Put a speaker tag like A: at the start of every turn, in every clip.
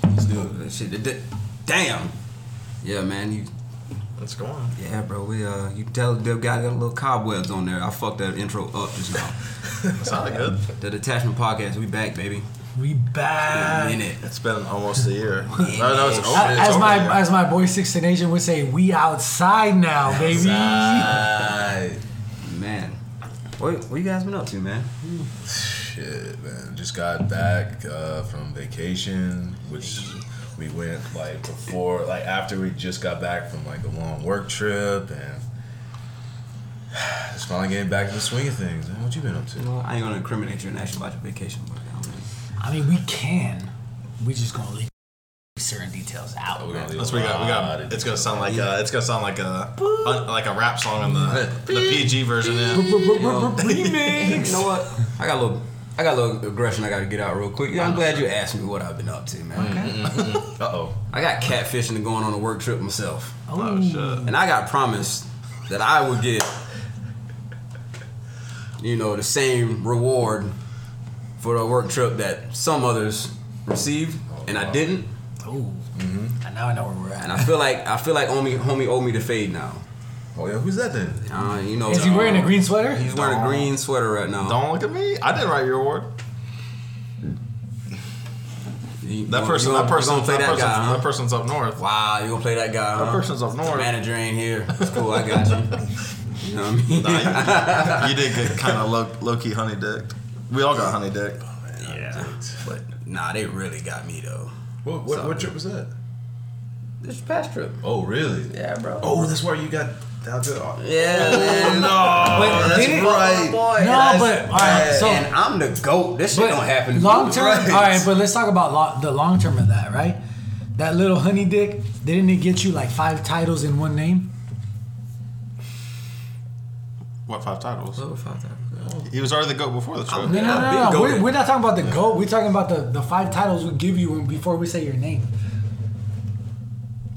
A: but uh, shit, d- d- damn. Yeah, man. You,
B: What's going on?
A: yeah, bro. We uh, you tell the guy got little cobwebs on there. I fucked that intro up just now.
B: Sounded good.
A: the Detachment Podcast. We back, baby.
C: We
A: In a
C: back.
A: minute.
B: It's been almost a year. no, no, it's over.
C: A-
B: it's
C: As
B: over
C: my
B: a year.
C: as my boy Six and Asian would say, we outside now, baby.
B: Sigh.
A: Man, what what you guys been up to, man?
D: Shit, man. Just got back uh, from vacation, which we went like before, like after we just got back from like a long work trip and just finally getting back to the swing of things. Man, what you been up to?
A: Well, I ain't gonna incriminate you and ask you about your vacation, but I don't know.
C: I mean, we can. We just gonna leave certain details out.
D: We're gonna leave
B: That's what we got. We
D: a lot
B: got.
D: of
B: It's gonna sound like a. It's gonna sound like a. un- like a rap song on the the PG version. Yeah.
A: You know what? I got a little. I got a little aggression I got to get out real quick. Yeah, I'm glad you asked me what I've been up to, man.
D: Uh oh.
A: I got catfishing and going on a work trip myself,
B: Oh shit.
A: and I got promised that I would get, you know, the same reward for the work trip that some others received, and I didn't.
C: Ooh. And now I know where we're
A: And Mm-hmm.
C: at.
A: I feel like I feel like homie, homie owed me the fade now.
D: Oh yeah, who's that then?
A: Uh, you know,
C: Is he wearing a green sweater?
A: He's wearing a green sweater right now.
B: Don't look at me. I didn't write your award.
A: You-
B: That
A: you-
B: person.
A: you
B: That
A: gonna- you
B: person.
A: gonna play
B: That
A: that
B: person.
A: guy. huh?
B: That person's up north.
A: Wow, you gonna play that guy?
B: That
A: huh?
B: person's up
A: The
B: north.
A: manager ain't here. It's cool. I got you. You know what I mean?
B: Nah, you, you did get kind of low, low key honey dick. We all got honey dick.
A: yeah. But nah, they really got me though.
D: What what, what trip was that?
A: This past trip.
D: Oh really?
A: Yeah, bro.
D: Oh, that's why you got that good.
A: Yeah, man.
B: Oh.
D: No,
C: But
D: that's
C: didn't-
D: right.
A: Oh, Boy,
C: No,
A: that's-
C: but all right. So
A: and I'm the goat. This shit
C: But
A: don't happen. to me.
C: Long term,
D: Right.
C: all right. But let's talk about lo- the long term of that, right? That little honey dick, didn't it get you like five titles in one name?
B: What five titles?
A: Oh, fuck that.
B: He was already the goat before the
C: No,
B: trip.
C: no,
A: Yeah,
C: no,
A: big
C: no. We're,
A: goated.
C: we're not talking about the goat. We're talking about the, the five titles we give you when- before we say your name.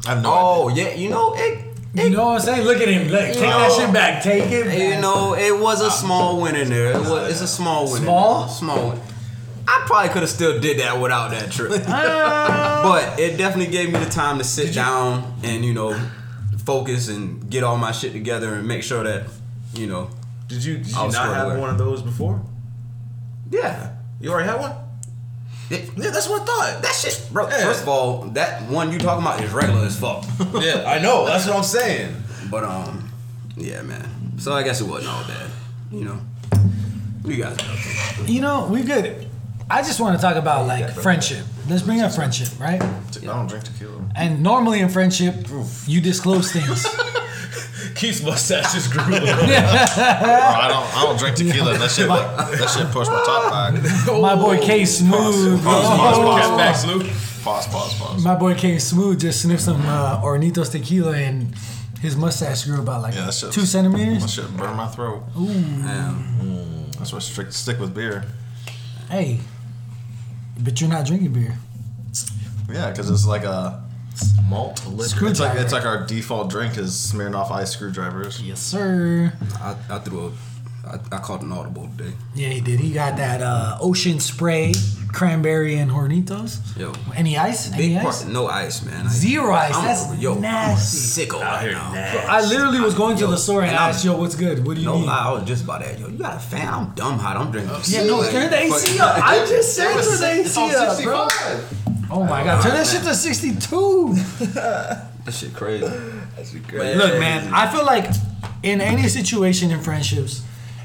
B: I have no idea.
A: Oh yeah, you know it.
C: You know what I'm saying? Look at him. Look, take that shit back. Take it. Back.
A: You know, it was a small win in there. It was, it's a small win. in
C: Small?
A: there. small win. I probably could have still did that without that trip, but it definitely gave me the time to sit down and you know focus and get all my shit together and make sure that you know,
D: Did you did you
A: I
D: not
A: was squared
D: have
A: away.
D: one of those before?
A: yeah.
D: You already had one?
A: It-
D: Yeah, that's what I thought.
A: that shit, bro.
D: Yeah.
A: First of all, that one you talking about is regular as fuck.
D: yeah, I know. That's what I'm saying.
A: But um, yeah, man. So I guess it wasn't all bad, you know. You guys,
C: You know, we good. I just want to talk about like friendship. Let's bring up friendship, right?
B: I don't drink tequila.
C: And normally in friendship, you disclose things.
D: Keith's mustache is growing.
B: Bro, Oh, I don't. I don't drink tequila. That shit. Like, that shit pushed my top back.
C: My boy K Smooth.
B: Pause.
D: back, Lou.
B: Pause. Pause. Pause.
C: My boy King Smooth just sniffed some uh, Ornitos tequila and his mustache grew about like
B: Yeah, that shit
C: two
B: was-
C: centimeters.
B: My shit burned my throat. Mm.
A: damn.
B: That's why I strict stick with beer.
C: Hey, but you're not drinking beer.
B: Yeah, because it's like a
D: Malt liquor.
B: it's like
C: Screwdriver.
B: it's like our default drink is smearing off ice screwdrivers.
C: Yes, sir.
A: I, I threw a, I, I called an audible today.
C: Yeah, he did. He got that uh, ocean spray, cranberry, and Hornitos.
A: Yo.
C: Any ice?
A: Big
C: Any
A: part,
C: ice?
A: no ice, man. I-
C: Zero ice.
A: I'm
C: That's
A: a- yo,
C: nasty.
A: I'm a sicko right now.
C: I literally was going to
A: Yo,
C: the store and
A: and I'm-
C: asked, yo, what's good? What do you
A: No
C: need?
A: lie, I was just about that. Yo, you got a fan? I'm dumb hot. I'm drinking.
C: Yeah, no, turn the AC up. I just said turn the AC up, bro. Oh my god, turn that shit to 62.
A: That shit crazy.
C: Look, man, I feel like in any situation in friendships,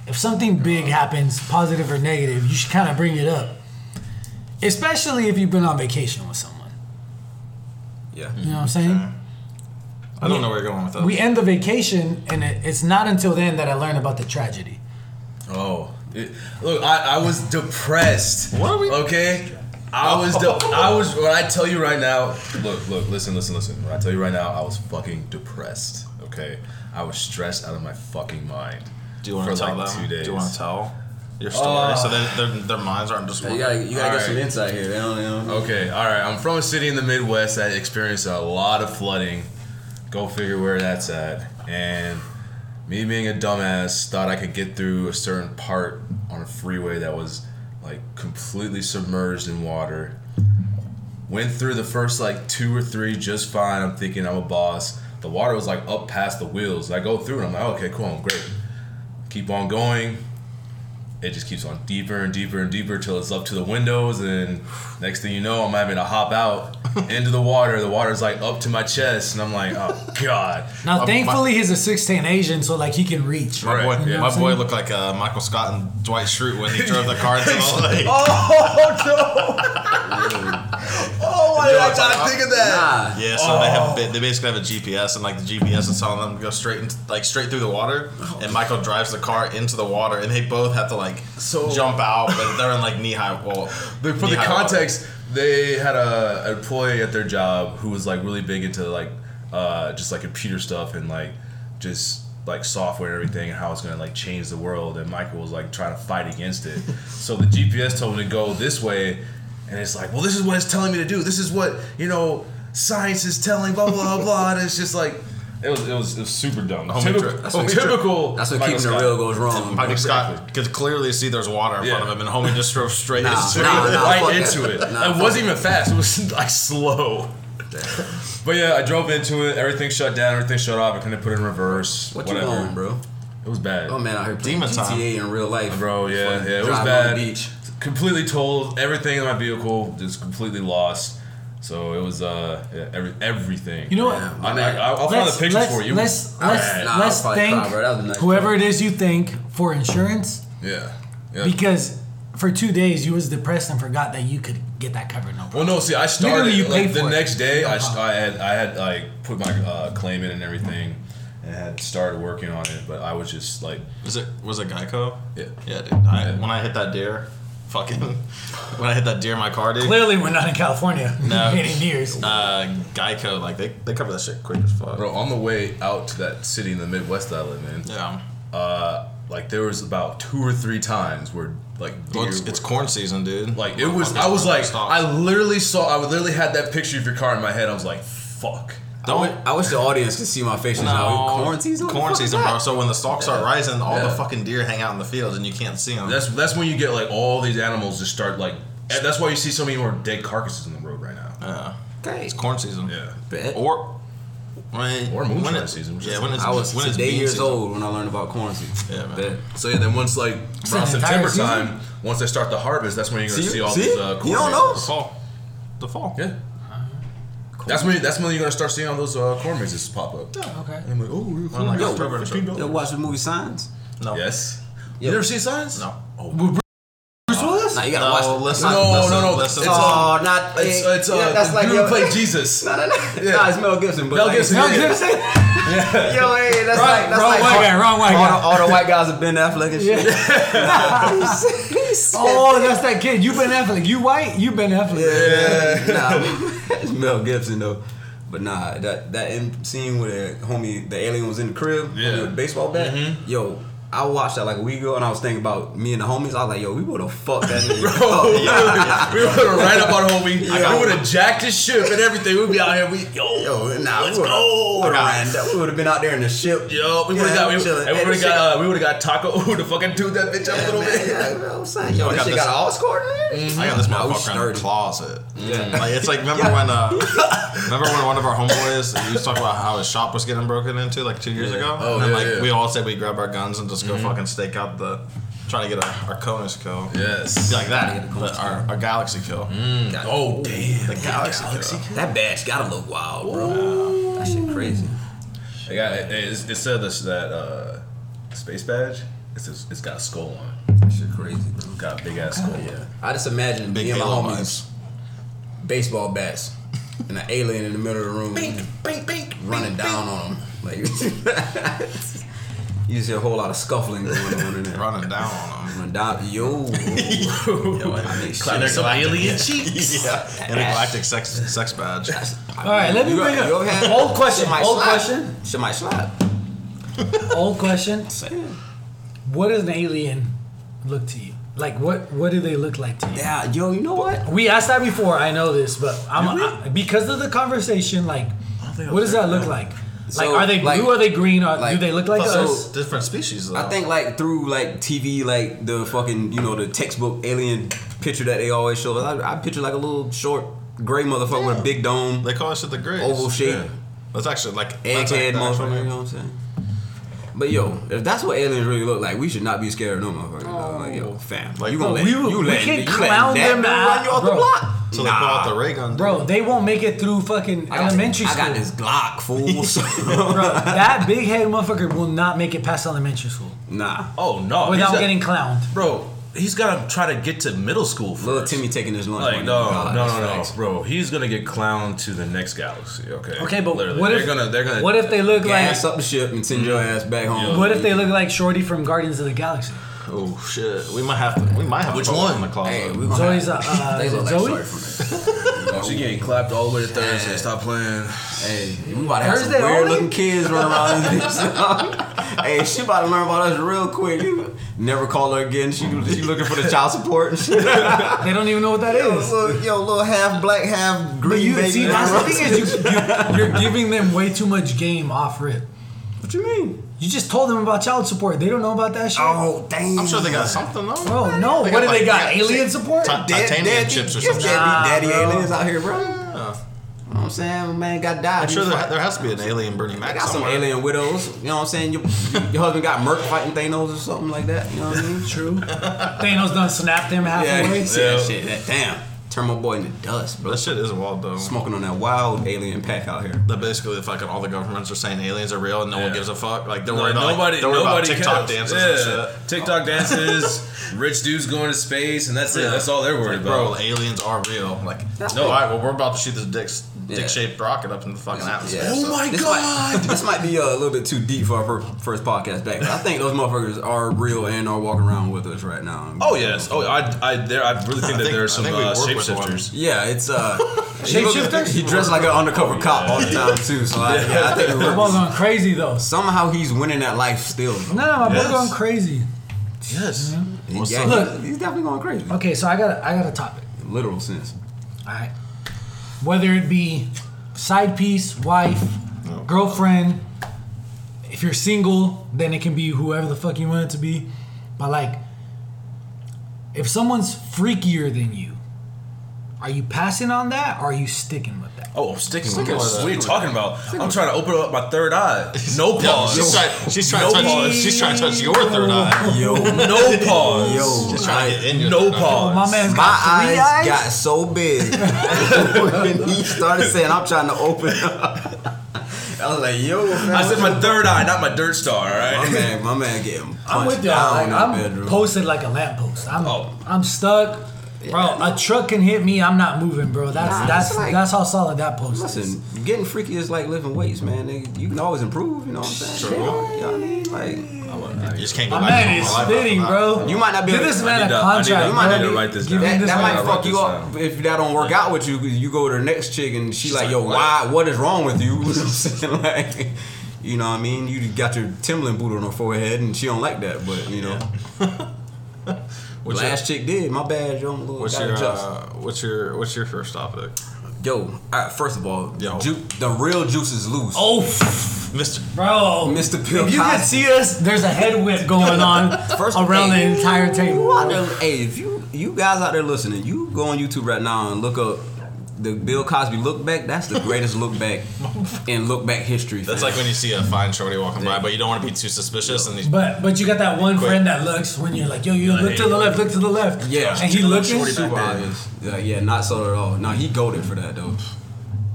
C: if something big happens, positive or negative, you should kind of bring it up. Especially if you've been on vacation with someone.
A: Yeah.
C: You know what I'm saying?
B: I don't know where you're going with that.
C: We end the vacation, and it, it's not until then that I learn about the tragedy.
D: Oh, it- look, I, I was depressed.
B: What are we-
D: Okay, I was de- I was when I tell you right now. Look, look, listen, listen, listen. When I tell you right now, I was fucking depressed. Okay, I was stressed out of my fucking mind.
B: Do you want to
D: for
B: tell
D: like two
B: them? Do
D: days. Uh,
B: you want to tell your story so they, their their minds aren't just.
A: You gotta, you gotta get
D: All
A: some
D: right.
A: insight here. They don't, they don't-
D: Okay, all right. I'm from a city in the Midwest that experienced a lot of flooding. Go figure where that's at. And me being a dumbass, thought I could get through a certain part on a freeway that was like completely submerged in water. Went through the first like two or three just fine. I'm thinking I'm a boss. The water was like up past the wheels. I go through and I'm like, okay, cool, I'm great. Keep on going. It just keeps on deeper and deeper and deeper till it's up to the windows. And next thing you know, I'm having to hop out into the water. The water's like up to my chest. And I'm like, oh, God.
C: Now,
B: My-
C: thankfully, he's a six ten Asian, so like he can reach.
B: My
D: Right,
B: boy,
D: yeah.
B: my boy looked like uh, Michael Scott and Dwight Schrute when he drove the cars and all that.
A: Oh, why
B: did I not think
A: of
D: Oh,
A: that?
B: Yeah, so they have they basically have a GPS and like the GPS is telling them to go straight into, like straight through the water,
D: Oh.
B: and Michael drives the car into the water, and they both have to like
D: So-
B: jump out, but they're in like knee high wall.
D: But for the context, they had a an employee at their job who was like really big into like uh, just like computer stuff and like just like software and everything and how it's gonna like change the world. And Michael was like trying to fight against it. so the GPS told him to go this way, and it's like, well, this is what it's telling me to do. This is what you know science is telling. Blah blah blah. blah. And it's just like. It was, it was it was super dumb.
B: Homie
D: Typical-
B: trip.
A: That's what
D: typical.
A: That's what
D: Michael
A: keeping
D: Scott.
A: it real goes wrong.
B: Michael
A: bro.
B: Scott could clearly see there's water in front
D: Yeah.
B: of him, and homie just drove straight
A: Nah,
B: into
A: nah,
B: it.
A: nah. fuck
D: right into
A: that.
D: it.
A: Nah,
D: it
A: fuck
D: wasn't even fast. It was like slow. but yeah, I drove into it. Everything shut down. Everything shut off. I couldn't put it in reverse.
A: What
D: whatever.
A: you on, bro?
D: It was bad.
A: Oh man, out here playing
B: Demon
A: GTA
B: time.
A: in real life,
D: Bro, yeah,
A: Fucking
D: yeah, it was
A: driving
D: bad.
A: On the beach.
D: Completely totaled. Everything in my vehicle just completely lost. So it was uh yeah, every everything.
C: You know what?
A: Yeah.
D: I mean, I, I'll find the pictures
C: let's,
D: for you. It was
C: Let's let's,
D: bad.
A: Nah, I'll
C: let's
A: probably
C: thank
A: cry, bro. That was a nice
C: whoever
A: joke.
C: it is you thank for insurance
D: yeah. yeah.
C: because for two days you was depressed and forgot that you could get that covered. No, problem.
D: Well, no. See, I started
C: Literally, you
D: like,
C: paid
D: the
C: for it.
D: next day. I,
C: Uh-huh.
D: I had I had like put my uh, claim in and everything, and had started working on it. But I was just like,
B: Was it was it Geico?
D: Yeah.
B: yeah, dude. I, When I hit that deer, fucking, when I hit that deer in my car, dude.
C: clearly we're not in California.
B: No.
C: Any years.
B: Uh, Geico, like they, they cover that shit quick as fuck.
D: bro, on the way out to that city in the Midwest that I live in,
B: Yeah,
D: uh, like there was about two or three times where like
B: well,
D: deer
B: it's,
D: were-
B: it's corn season, dude.
D: like it was. I was like, I literally saw. I literally had that picture of your car in my head. I was like, fuck.
A: I, w- I wish the audience could see my face just now. Corn season. What the
B: Corn
A: fuck is
B: season,
A: that?
B: bro. So when the stalks start rising, all the
D: Yeah.
B: fucking deer hang out in the field and you can't see them.
D: That's that's when you get like all these animals just start like. and That's why you see so many more dead carcasses on the road right now.
B: yeah.
A: Okay.
B: It's corn season.
D: Yeah.
A: Bet.
B: Or when,
D: Or moonshine
B: when it-
D: season, which
B: Yeah,
D: is-
B: when it's
A: I was
B: when it's
A: today
B: bean
A: years
B: season.
A: old when I learned about corn season.
B: Yeah, man.
A: Bet.
D: So yeah, then once like around
C: an entire
D: September
C: season?
D: time, once they start the harvest, that's when you're gonna
A: See?
D: see, all
A: See?
D: these uh,
A: You don't
D: corn.
A: know?
B: The
D: mazes.
B: fall. The fall.
D: Yeah. That's when that's when you're gonna start seeing all those uh, corn mazes pop up.
C: Okay.
D: And I'm like, oh, we're corn
B: like
D: mazes.
B: October and shit.
D: $15.
A: Yo, watch the movie Signs.
B: No.
D: Yes.
A: Yo.
D: You never seen signs?
B: No.
A: Oh,
C: Bruce Willis?
A: Nah, you gotta
B: No,
A: watch.
B: listen,
D: No, no,
B: listen,
D: no,
B: Listen,
D: it's all-
A: Oh, not
D: It's it's uh,
A: yeah, that's like
D: dude
A: yo,
D: who played Jesus.
A: No, no, no.
D: Yeah.
A: Nah, it's Mel Gibson. But
D: Mel
A: like,
D: Gibson,
A: Mel
D: yeah.
A: Gibson. Yo, hey, that's like that's
C: wrong
A: like
C: white
A: all,
C: guy, wrong white
A: all,
C: guy.
A: The, all the white guys have been Affleck and shit. He said- he said-
C: Oh, that's that kid. You Ben Affleck. You white. You Ben Affleck.
A: nah, it's Mel Gibson though. But nah, that that end scene where the homie the alien was in the crib
D: Yeah. Mm-hmm.
A: homie with the baseball bat. Yo, I watched that like a week ago, and I was thinking about me and the homies. I was like, yo, we would have fucked that nigga.
D: Bro, Oh, we would have right up on homie.
A: got
D: We would have jacked his ship and everything. We'd be out here. We yo
A: Yo, nah,
D: Let's
A: we would've-
D: go.
A: would've
D: I got
A: ran that- We would have been out there in the ship.
D: yo. We would
A: Yeah,
D: have
A: I'm
D: got we,
A: chilling. Hey,
D: would
A: this
D: have
A: shit
D: got uh, we would have got Taco who to fucking tune that bitch up a little
A: Man,
D: bit.
A: yeah, bro, I'm saying, yo,
B: I
A: this
B: got
A: shit
B: this-
A: got an Oscar in it?
B: I got this
A: Nah, we
B: motherfucker in the
A: sturdy.
B: closet.
A: Yeah.
B: Like it's like remember when uh remember when one of our homeboys he was talking about how his shop was getting broken into like two years ago?
D: Oh,
B: and then,
D: yeah,
B: like
D: yeah.
B: we all said we grab our guns and just go
A: Mm-hmm.
B: fucking stake out the trying to get our, our Conus kill.
D: Yes.
B: Be like that. But our, our galaxy kill.
A: God,
D: Oh damn.
B: The galaxy, kill.
D: Mm-hmm.
A: That badge gotta look wild, bro. That shit crazy.
D: They got, it, it, it said this that uh, space badge. It's just, it's got a skull on it.
A: That shit crazy, bro.
D: It's got a big ass skull. Yeah.
A: I just imagine
B: Big
A: me and my
B: halo
A: homies,
B: eyes.
A: baseball bats, and an alien in the middle of the room running down on them. Like you see a whole lot of scuffling going on in there.
B: Running down on them.
A: Running down, yo. I mean, shit.
D: some alien cheeks.
B: Yeah. Intergalactic sex sex badge.
C: All right. Let me
A: You
C: bring
A: ever- you ever
C: up
A: had-
C: old question.
A: Shit might
C: Old
A: slap.
C: question.
A: Shit might slap.
C: Old question. What does an alien look to you? Like what? What do they look like to you?
A: Yeah, yo, you know what?
C: We asked that before. I know this, but I'm I, because of the conversation. Like, what does that look like? Like,
A: So,
C: are they
A: like-
C: blue? Are they green? Are,
A: like-
C: do they look like
B: So,
C: us?
B: different species though.
A: I think like through like TV, like the fucking you know the textbook alien picture that they always show. I, I picture like a little short gray motherfucker with a big dome,
B: They call that shit the Grays.
A: oval shape,
D: yeah.
B: That's actually like that's
A: egghead
B: like- that's
A: motherfucker. You
B: like-
A: know what I'm saying? But yo, if that's what aliens really look like, we should not be scared of no motherfucker. dog. Like yo, fam,
B: Like,
A: you gonna
B: bro,
A: let
C: Oh. we
A: you
C: will- we
A: let
C: can
A: you
C: clown
A: let that
C: them
A: man
C: out,
A: run you off the
C: bro.
A: block?
B: So they
A: Nah.
B: call it the ray gun.
C: Bro, they won't make it through fucking
A: I got-
C: elementary
A: I
C: school.
A: got this Glock fool. so-
C: Bro, that big head motherfucker will not make it past elementary school
A: nah,
D: Oh no! he's
C: without
D: got-
C: getting clowned.
D: bro. He's gotta try to get to middle school first.
A: little Timmy taking his lunch.
D: Like
A: money.
D: no,
A: God,
D: no,
A: that's
D: no, no,
A: facts.
D: bro. He's gonna get clowned to the next galaxy. Okay.
C: Okay, but
D: Literally.
C: what
D: they're
C: if
D: gonna they're gonna
C: what if they look like
A: Gas up the ship and send your
D: Mm.
A: ass back home.
C: what if they look like Shorty from Guardians of the Galaxy?
B: Oh shit, we might have to. We might have
D: Which
B: to
D: one?
B: in the closet.
A: Hey, we gonna
C: Zoe's
A: have-
C: a- uh,
A: they
C: is
A: look
C: it
A: like Zoe
C: Zoe?
A: from it.
D: she getting clapped all the way to Thursday? Stop playing.
A: Hey, we about to have some
C: Thursday
A: weird
C: only?
A: looking kids running around this bitch. hey, she about to learn about us real quick. You Never call her again. She she looking for the child support and shit.
C: They don't even know what that
A: yo,
C: is.
A: little, yo, little half black, half green
C: But you
A: baby.
C: see, that's the thing is you, you, you're giving them way too much game off rip.
A: what you mean?
C: You just told them about child support. They don't know about that shit.
A: Oh, damn.
B: I'm sure they got something though.
C: Bro, Oh, no. What do they got? Alien support?
B: Ti- titanium chips or something.
C: Nah,
A: daddy
C: bro.
A: aliens out here, bro.
B: Yeah.
A: You know what I'm saying? My man got died.
B: I'm sure there, there has to be an alien Bernie
A: I
B: Mac
A: got some
B: somewhere.
A: alien widows. You know what I'm saying? Your, your husband got Merc fighting Thanos or something like that. You know what I mean?
C: True. Thanos done snapped them
A: Yeah,
C: halfway.
A: shit,
D: Yeah.
A: shit. That, damn. Turn my boy into dust, bro.
B: That shit is wild though.
A: Smoking on that wild alien pack out here.
B: That basically, fucking all the governments are saying aliens are real and no one
D: Yeah.
B: gives a fuck. Like they're
D: Like,
B: worried about like,
D: nobody,
B: they're worried about
D: nobody
B: TikTok
D: cares.
B: dances and
D: Yeah.
B: shit.
D: TikTok dances. rich dudes going to space, and that's it. That's all they're worried about.
B: Bro, aliens are real. Like,
D: No.
B: no, all right, well, we're about to shoot this dick,
A: Yeah.
B: dick-shaped rocket up in the fucking atmosphere.
A: Yeah,
D: Oh
B: so-
D: my
A: this
D: God!
A: Might, this might be uh, a little bit too deep for our fir- first podcast back, but I think those motherfuckers are real and are walking around with us right now.
D: Oh yes. Oh, I, I, there, I really think that
B: think-
D: there
B: I
D: are some
B: think we
D: uh,
B: work with one.
D: shapeshifters.
A: Yeah, it's uh. he look-
C: Shapeshifters?
A: He dressed like an undercover cop all the time too, so I, yeah, I think it
C: Football
A: works.
C: going crazy though.
A: Somehow he's winning that life still. bro.
C: No, my boy
D: Yes.
C: going crazy.
D: Yes.
B: What's
A: yeah,
B: up?
A: Look, he's, he's definitely going crazy.
C: Okay, so I got a, I got a topic.
A: Literal sense.
C: All right. Whether it be side piece, wife, girlfriend, if you're single, then it can be whoever the fuck you want it to be. But like, if someone's freakier than you, are you passing on that or are you sticking with that?
D: Oh, I'm sticking,
A: Sticking
D: with
A: with
D: this.
A: that.
D: What are you talking about? I'm trying to open up my third eye. No
B: Yeah,
D: pause.
B: she's, trying, she's, trying
D: No
B: to touch,
D: pause.
B: she's trying to touch your third eye.
A: Yo,
D: No pause.
A: yo,
B: She's
A: I-
B: trying to get in your
D: No
B: third eye.
D: pause.
C: My man's
A: Oh, My
C: got
A: eyes,
C: three eyes.
A: got so big when he started saying, "I'm trying to open." up. I was like, "Yo, man,
D: I said my third eye, not my dirt star. All right.
A: my man, my man, getting punched
C: I'm with
A: down
C: y'all. Like,
A: in
C: I'm
A: the bedroom."
C: posted like a lamppost. I'm
D: Oh.
C: I'm stuck. Bro, a truck can hit me. I'm not moving, bro. That's
A: Nah,
C: that's
A: it's like-
C: that's how solid that post is.
A: Listen, getting freaky is like lifting weights, man. Nigga, You can always improve. You know what I'm saying?
B: True.
A: You know what I mean? Like,
B: You just can't go
C: My
B: back to
C: man
B: normal
C: is
B: life
C: spitting,
B: after that.
C: bro.
A: you might not be.
C: Give
A: able
C: this
A: to-
C: man
D: need
C: a
D: to- I need to-
C: contract.
A: you might
D: I
A: not
D: need
A: be,
D: to write this
C: give
D: down.
C: him
A: that,
C: this
A: that
C: man.
A: might
D: I wrote
A: fuck you
D: this
A: up if that don't work out with you. 'cause you go to the next chick and she like,
B: like,
A: "Yo,
B: what?"
A: why? What is wrong with you?" You know what I'm saying? Like, you know what I mean? You got your Timberland boot on her forehead, and she don't like that. But you know,
B: What's your-
A: last chick did. My bad, yo. I'm a little
B: What's
A: gotta
B: your,
A: adjust.
B: uh, what's your what's your first topic,
A: Yo, all right, first of all,
B: Yo.
A: ju- the real juice is loose.
C: Oh,
B: Mister?
C: bro,
A: Mr. Bill
C: If you could
A: Cosby.
C: see us, there's a head whip going on
A: First
C: around the
A: hey,
C: entire table.
A: you out there- hey, if you you guys out there listening, you go on YouTube right now and look up the Bill Cosby look back. That's the greatest look back in look back history.
B: That's
A: fam.
B: like when you see a fine shorty walking by, but you don't want to be too suspicious. And these,
C: But but you got that one friend that looks when you're like, yo, you look to the left, look to the left.
A: Yeah.
C: and he looking.
A: super obvious. Yeah, yeah, not so at all. No, he goaded for that though.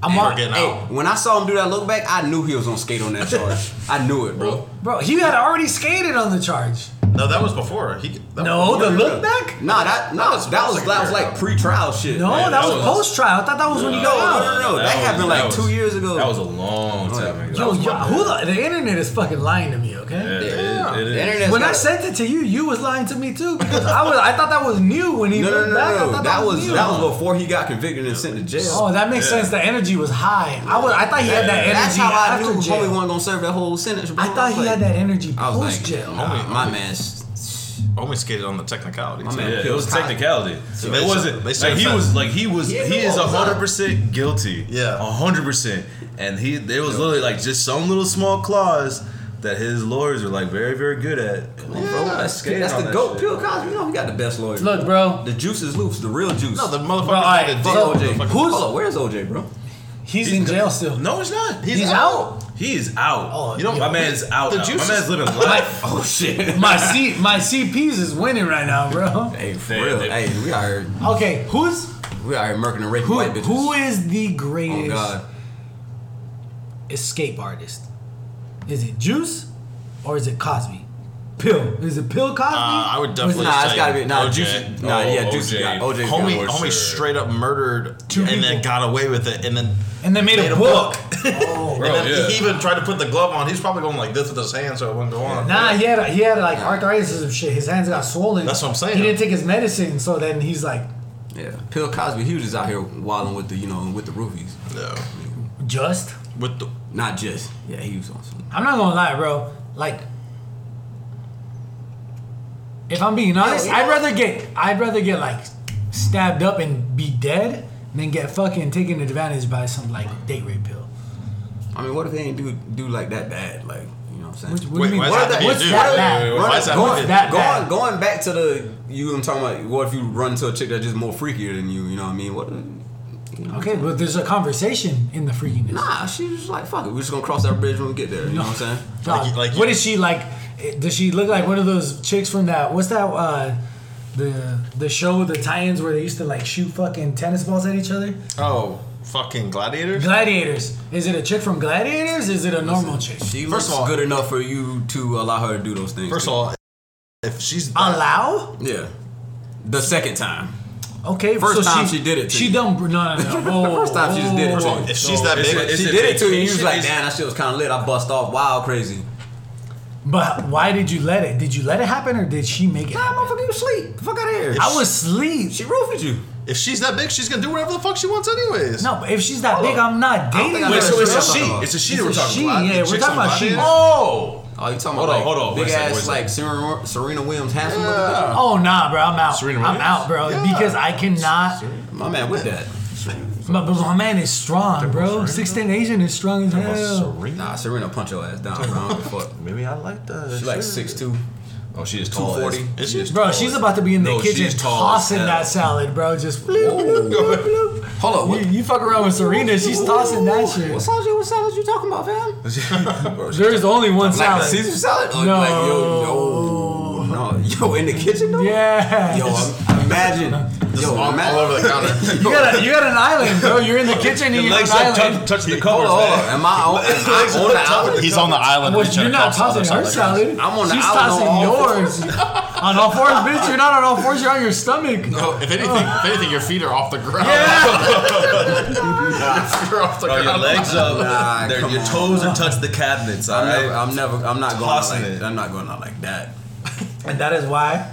C: I'm
B: we're
C: all,
B: getting
A: Hey,
B: out.
A: when I saw him do that look back, I knew he was gonna skate on that charge. I knew it, bro.
C: bro, he had already skated on the charge.
B: No, that was before. He that
C: No,
B: was
C: the
B: before.
C: look back.
A: Nah, that no, that was that was, like pre-trial shit.
C: No,
A: man.
C: that, was, post trial. I thought that was when you
A: no,
C: go out.
A: no, no, no. That,
D: That
A: happened
D: was-
A: like
D: that was-
A: two years ago.
D: That was a long time ago.
C: Yo, yo, who the, the internet is fucking lying to me, okay?
D: Yeah, it- it
A: The
D: is.
A: internet's
C: When I
A: got-
C: sent it to you, you was lying to me too because I was I thought that was new when he
A: No, no,
C: looked
A: no,
C: back. I
A: no, no.
C: thought
A: That was
C: new.
A: that was before he got convicted and sent to jail.
C: Oh, that makes sense. The energy was high. I was I thought he had that energy
A: That's how I
C: after
A: knew
C: jail.
A: Holy wasn't gonna serve that whole sentence. Bro.
C: I thought he
A: was
C: had
A: like-
C: that energy
A: I was
C: post
A: like,
C: jail.
A: nah, my man's
B: Only skated on the technicality.
A: My
B: too.
A: man.
D: Yeah, it was a technicality.
B: So
D: it
B: they
D: wasn't.
B: should- they should
D: like,
B: have
D: he
B: said-
D: was like he was.
A: Yeah,
D: he
A: no,
D: is
A: all the
D: hundred
A: time.
D: percent guilty.
B: Yeah.
D: hundred percent. And he, there was literally like just some little small clause that his lawyers are like very, very good at. Come on,
A: Yeah,
D: bro,
A: that's,
D: let's get
A: that's
D: on
A: the
D: that
A: goat.
D: shit.
A: Bill Cosby, you know, he got the best lawyer.
C: Look, bro,
A: the juice is loose. The real juice.
B: No, the motherfucker.
C: Bro, all right,
B: did
A: Fuck
B: it.
C: so
A: OJ.
B: Motherfucker-
C: who's-
A: Hold on, where's OJ, bro?
C: he's in jail still.
D: No, he's not.
C: He's, out.
D: He is out.
C: Oh,
D: you know,
C: yeah.
D: my man's out.
B: The
D: now.
B: juice
D: my
B: is-
D: man's living life.
A: Oh shit.
C: My C, my CPs is winning right now, bro.
A: hey, for
D: Damn,
A: real.
D: dude.
A: Hey, we are
C: Okay, who's
A: we are murking and raping
C: who?
A: white bitches.
C: Who is the
A: Oh
C: greatest
A: god.
C: escape artist? Is it Juice or is it Cosby? Pill. Is it Pill Cosby?
B: Uh, I would definitely
A: Nah, it's
B: say
A: gotta be nah.
B: OJ.
A: Juice. Nah,
D: Oh,
A: yeah, Juice.
D: OJ.
A: Got, OJ. 's got
B: Homie,
A: it.
D: for
B: homie
D: sure.
B: straight up murdered
C: Two
B: and then
C: people.
B: got away with it, and then
C: and they made,
B: made
C: a
B: a
C: book.
D: Bro,
C: oh.
B: and then
D: yeah.
B: he even tried to put the glove on. He's probably going like this with his hand so it wouldn't go on.
C: Nah, he had he had like arthritis or some shit. His hands got swollen.
B: That's what I'm saying.
C: He didn't take his medicine, so then he's like
A: Yeah, Bill Cosby, he was just out here wilding with the you know with the roofies.
B: No.
C: just.
B: With the
A: Not just. Yeah, he was on some.
C: I'm not gonna lie, bro. Like, if I'm being honest,
A: yeah.
C: I'd rather get I'd rather get like stabbed up and be dead than get fucking taken advantage by some like date rape pill.
A: I mean, what if they ain't do do like that bad? Like, you know what I'm saying?
C: What, what
B: Wait,
C: do you
B: why
C: mean?
B: does it have to
C: What,
B: be a
C: what's
B: dude?
C: that
B: Wait,
C: bad?
B: wait, wait,
A: Run
B: why
A: it-
B: is that
A: going,
B: what it-
C: that
A: going,
C: bad?
A: going back to the you I'm talking about. What if you run to a chick that's just more freakier than you? You know what I mean? What?
C: Okay, but there's a conversation in the freakiness.
A: Nah, she was like, fuck it. We're just gonna cross that bridge when we get there. You know what I'm saying?
C: Dog,
B: Like- like
C: what
B: you-
C: is she like? eh, Does she look like one of those chicks from that? What's that? Uh, the the show the Titans where they used to like shoot fucking tennis balls at each other.
B: oh fucking gladiator.
C: Gladiators. Is it a chick from Gladiators? Is it a normal chick?
A: She First
B: First of
A: looks
B: all-
A: good enough for you to allow her to do those things.
B: First of all, if she's
D: Uh,
C: Allow?
A: yeah. The second time,
C: Okay,
A: First
C: so
A: time
C: she,
A: she did it to
C: She
A: you.
C: done. No, no, no. Whoa,
A: First time she just did it
C: whoa,
A: to
C: whoa.
A: you.
B: if she's that
D: Is
B: big,
D: it-
A: she
D: is
A: did it to you. You
D: vacation?
A: was like,
D: Is-
A: damn, that shit was kind of lit. I bust off wild crazy.
C: But why did you let it? Did you let it happen or did she make it?
A: Nah,
C: happen?
A: motherfucker, you sleep. Fuck out of here.
C: I was sleep.
A: She roofied you.
B: if she's that big, she's gonna do whatever the fuck she wants anyways.
C: No, but if she's that big, I'm not
A: don't
C: dating
A: think I
C: her.
D: Wait, so it's
A: Yeah.
D: a she. It's a she
C: It's
D: that we're
C: a
D: talking
C: she,
D: about.
C: yeah,
D: The
C: we're
D: chicks
C: talking
D: on
C: about she.
D: Gladiator?
B: Oh,
A: Oh, you talking about
D: Hold on,
A: like
D: hold on. Wait a
A: big
D: second, wait
A: ass
D: a
A: like
D: second.
A: Serena, Serena Williams, handsome?
B: Yeah.
C: Oh nah, bro, I'm out.
D: Serena
C: I'm
D: Williams?
C: out, bro,
B: Yeah.
C: because I cannot.
A: motherfucker? My man with that.
C: My, but my man is strong, bro.
D: Serena?
C: Six ten Asian is strong as hell.
A: Nah,
D: Serena.
A: Serena punch your ass down. Bro. I don't give a fuck.
D: Maybe I like that.
A: She like
D: six
A: six
D: two.
A: two.
D: Oh, she is tall.
A: 240.
D: as-
B: Is she?
D: is
C: Bro,
D: tall
C: she's
D: as-
C: about to be in the
D: No,
C: kitchen
D: she's tall as
C: tossing
D: hell.
C: that salad, bro. Just
A: Hold on.
C: You,
A: What,
C: you fuck around with Serena, she's tossing that shit.
A: What salad? What salad you talking about, fam?
D: Bro, she-
C: There's only one
A: Like a
C: salad.
A: Caesar salad? Or Like yo, yo, no, yo in the kitchen though.
C: Yeah.
A: Yo, I'm, imagine. Yo,
B: all,
A: ima-
B: all over the counter.
C: you got a, you got an island, bro. You're in the kitchen and you're on an
D: Legs up,
C: island.
D: touch, touching the
A: Hold
D: covers,
A: on, hold on.
D: man.
A: Am I on, am
D: Legs
A: I
D: up,
A: on the
D: touching
A: island?
B: He's on the island.
C: Well,
B: with each
C: you're
B: other
C: not
B: cops on the
C: tossing her
B: other side of the
A: I'm
C: salad.
A: on the
C: She's
A: island on
C: tossing
A: all
C: yours. on all fours, bitch. You're not on all fours. You're on your stomach.
B: couch. If anything, if anything, your feet are off the ground. you're off the
D: Bro,
B: ground.
D: your legs
A: Nah,
D: up. Their-
A: come
D: your
A: on.
D: toes are touching the cabinets. All
A: I'm
D: right.
A: never, I'm never, I'm not going out
D: Tossing
A: like,
D: it.
A: I'm not going out like that.
C: And that is why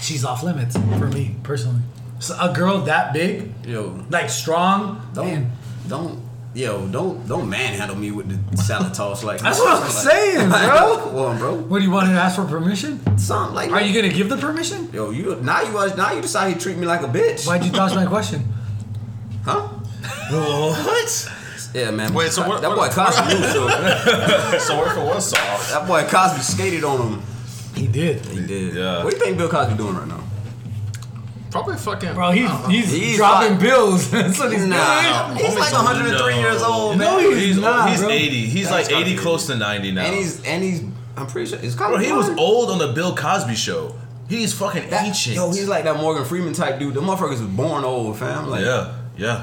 C: she's off limits for me personally. So a girl that big,
A: Yo,
C: like strong,
A: don't,
C: man.
A: don't, yo, don't, don't manhandle me with the salad toss like.
C: That's what I'm
A: like-
C: saying,
A: like,
C: bro.
A: Come on, bro.
C: What do you want her to ask for permission?
A: Something like.
C: Are you gonna give the permission?
A: Yo, you now you are- now you decide he treat me like a bitch,
C: Why'd you dodge my question?
A: huh?
D: what?
A: Yeah, man.
B: Wait, so what-
A: that
B: what-
A: boy Cosby, knew, so that
D: So where for one soft?
A: boy Cosby skated on him.
C: He did.
A: He did.
D: Yeah.
A: What do you think Bill Cosby doing right now?
B: Probably fucking.
C: Bro, he's he's,
A: He's
C: dropping
A: like-
C: bills. That's what he's doing.
A: Nah, he's
B: Homie's
A: like
B: on
A: 103
D: no.
A: years old, man.
C: No, he's, not.
D: he's
C: bro.
D: 80. He's
B: That's
D: like
B: gotta
D: 80,
B: be
D: close to 90 now.
A: And he's and he's I'm pretty sure it's Cosby.
D: Bro, he was
A: blind.
D: old on the Bill Cosby show. He's fucking
A: That-
D: ancient.
A: Yo, he's like that Morgan Freeman type dude. The motherfuckers was born old, fam. Like
D: yeah,
A: Oh,
D: yeah,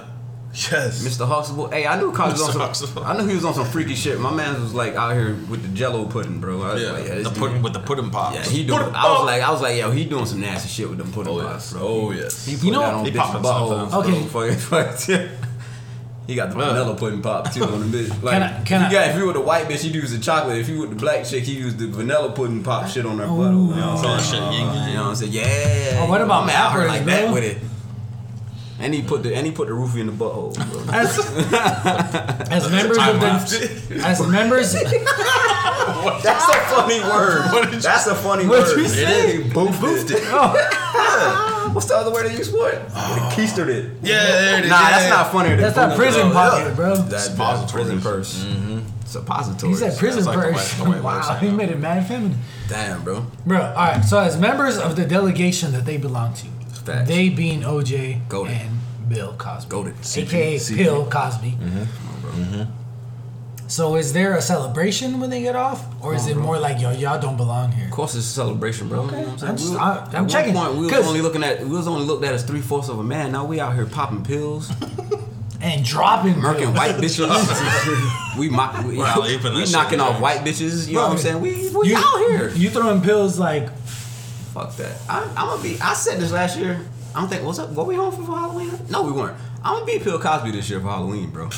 D: yes.
A: Mr. Huxtable. Hey, I knew Cosby was
B: Mr.
A: on some.
B: Huxtable.
A: I knew he was on some freaky shit. My man was like out here with the Jello pudding, bro. I was
D: Yeah,
A: like, yeah, this
B: the
A: dude-
B: pudding with the pudding pops.
A: Yeah, he doing. I was like, I was like, yo, he doing some nasty shit with them pudding
D: Oh
A: pops,
D: yes.
A: bro.
D: Oh yes.
A: He
D: He,
A: put
C: know-
A: that on
B: He
A: bitch
B: pop 'em
A: buttholes.
C: sometimes.
A: bro. Fuck- fuck, yeah. He got the vanilla pudding pop too on the bitch. Like,
C: Can I- can
A: if,
C: I-
A: you got, if you with the white bitch, he'd use the chocolate. If you with the black chick, he used the vanilla pudding pop shit on her butthole. You know what I'm saying?
B: Shit, yin
A: You
B: yang.
A: know what I'm saying? Yeah.
C: Oh, what about
A: I'm out here
C: peppers,
A: like that
C: bro?
A: with it? And he put the and he put the roofie in the butthole. Bro.
C: As, as members of the as members
A: That's a funny word.
B: What did you-
A: That's a funny
C: What'd
A: word.
C: you say?
A: Boofed it.
C: oh,
A: What's the other word they use for it? They keistered it.
B: Yeah, there it
A: Nah,
B: is.
A: that's not funnier than
C: That's not prison
A: Yeah.
C: pocket, bro.
A: That's
B: It's
A: that's
B: positories.
A: prison purse. It's a pository.
C: He said prison
B: like the white-
C: purse.
B: the white way of
C: wow,
B: saying
C: he
B: it.
C: made it mad feminine.
A: Damn, bro.
C: Bro, all right. So as members of the delegation that they belong to,
A: Facts.
C: they being OJ
A: Goated.
C: and Bill Cosby,
A: Goated.
C: aka
D: CP.
C: Bill Cosby.
A: Mm-hmm.
C: So is there a celebration when they get off, or is it more like yo, y'all don't belong here?
A: Of course, it's a celebration, bro. You know what I'm saying?
C: I'm just-
A: We-
C: I- I'm
A: at one
C: checking,
A: point, we was
C: 'cause-
A: only looking at we was only looked at as three fourths of a man. Now we out here popping pills,
C: And dropping
A: murking
C: pills.
A: white bitches. we mock, we,
B: Wow,
A: we,
B: even that shit
A: knocking off
B: works.
A: white bitches. You know what I'm saying? We we
C: you,
A: out here.
C: You throwing pills like
A: Fuck that. I, I'm gonna be. I said this last year. I'm thinking, what's up? Were we home for, for Halloween? No, we weren't. I'm gonna be Bill Cosby this year for Halloween, bro.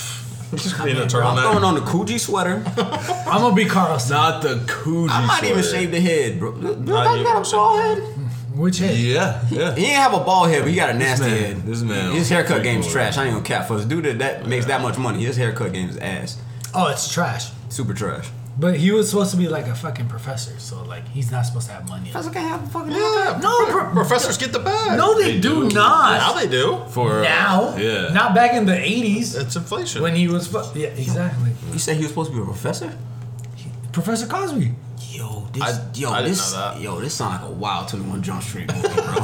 B: In a
A: I'm throwing
B: turtleneck.
A: on the Coogee sweater.
C: I'm gonna be Carlson.
D: Not the coogie.
A: I might even
D: sweater.
A: shave the head, bro. Bill
B: Not
A: Cosby got
B: even
A: a
B: shave
A: bald
B: the
A: head.
C: Which head?
D: Yeah, yeah.
A: He ain't have a bald head, but he got a nasty
D: man-
A: head.
D: this man
A: his
D: was
A: haircut
D: pretty
A: game's
D: cool.
A: trash. I ain't gonna cap for this dude that, that makes that much money. His haircut game is ass,
C: Oh, it's trash.
A: super trash.
C: But he was supposed to be like a fucking professor, so like he's not supposed to have money.
A: Professor can have a fucking
B: Yeah,
A: haircut.
C: No,
B: pro-
C: pro-
B: professors get the bag.
C: No, they, do, not.
B: Now they do.
D: For
C: now.
D: Yeah.
C: Not back in the '80s
B: It's inflation.
C: when he was. Fu- yeah, exactly.
A: You said he was supposed to be a professor?
C: Professor Cosby.
A: Yo, this,
B: I-
A: yo,
B: I didn't
A: this,
B: know that.
A: yo, this sound like a wild Twenty One Jump Street movie, bro.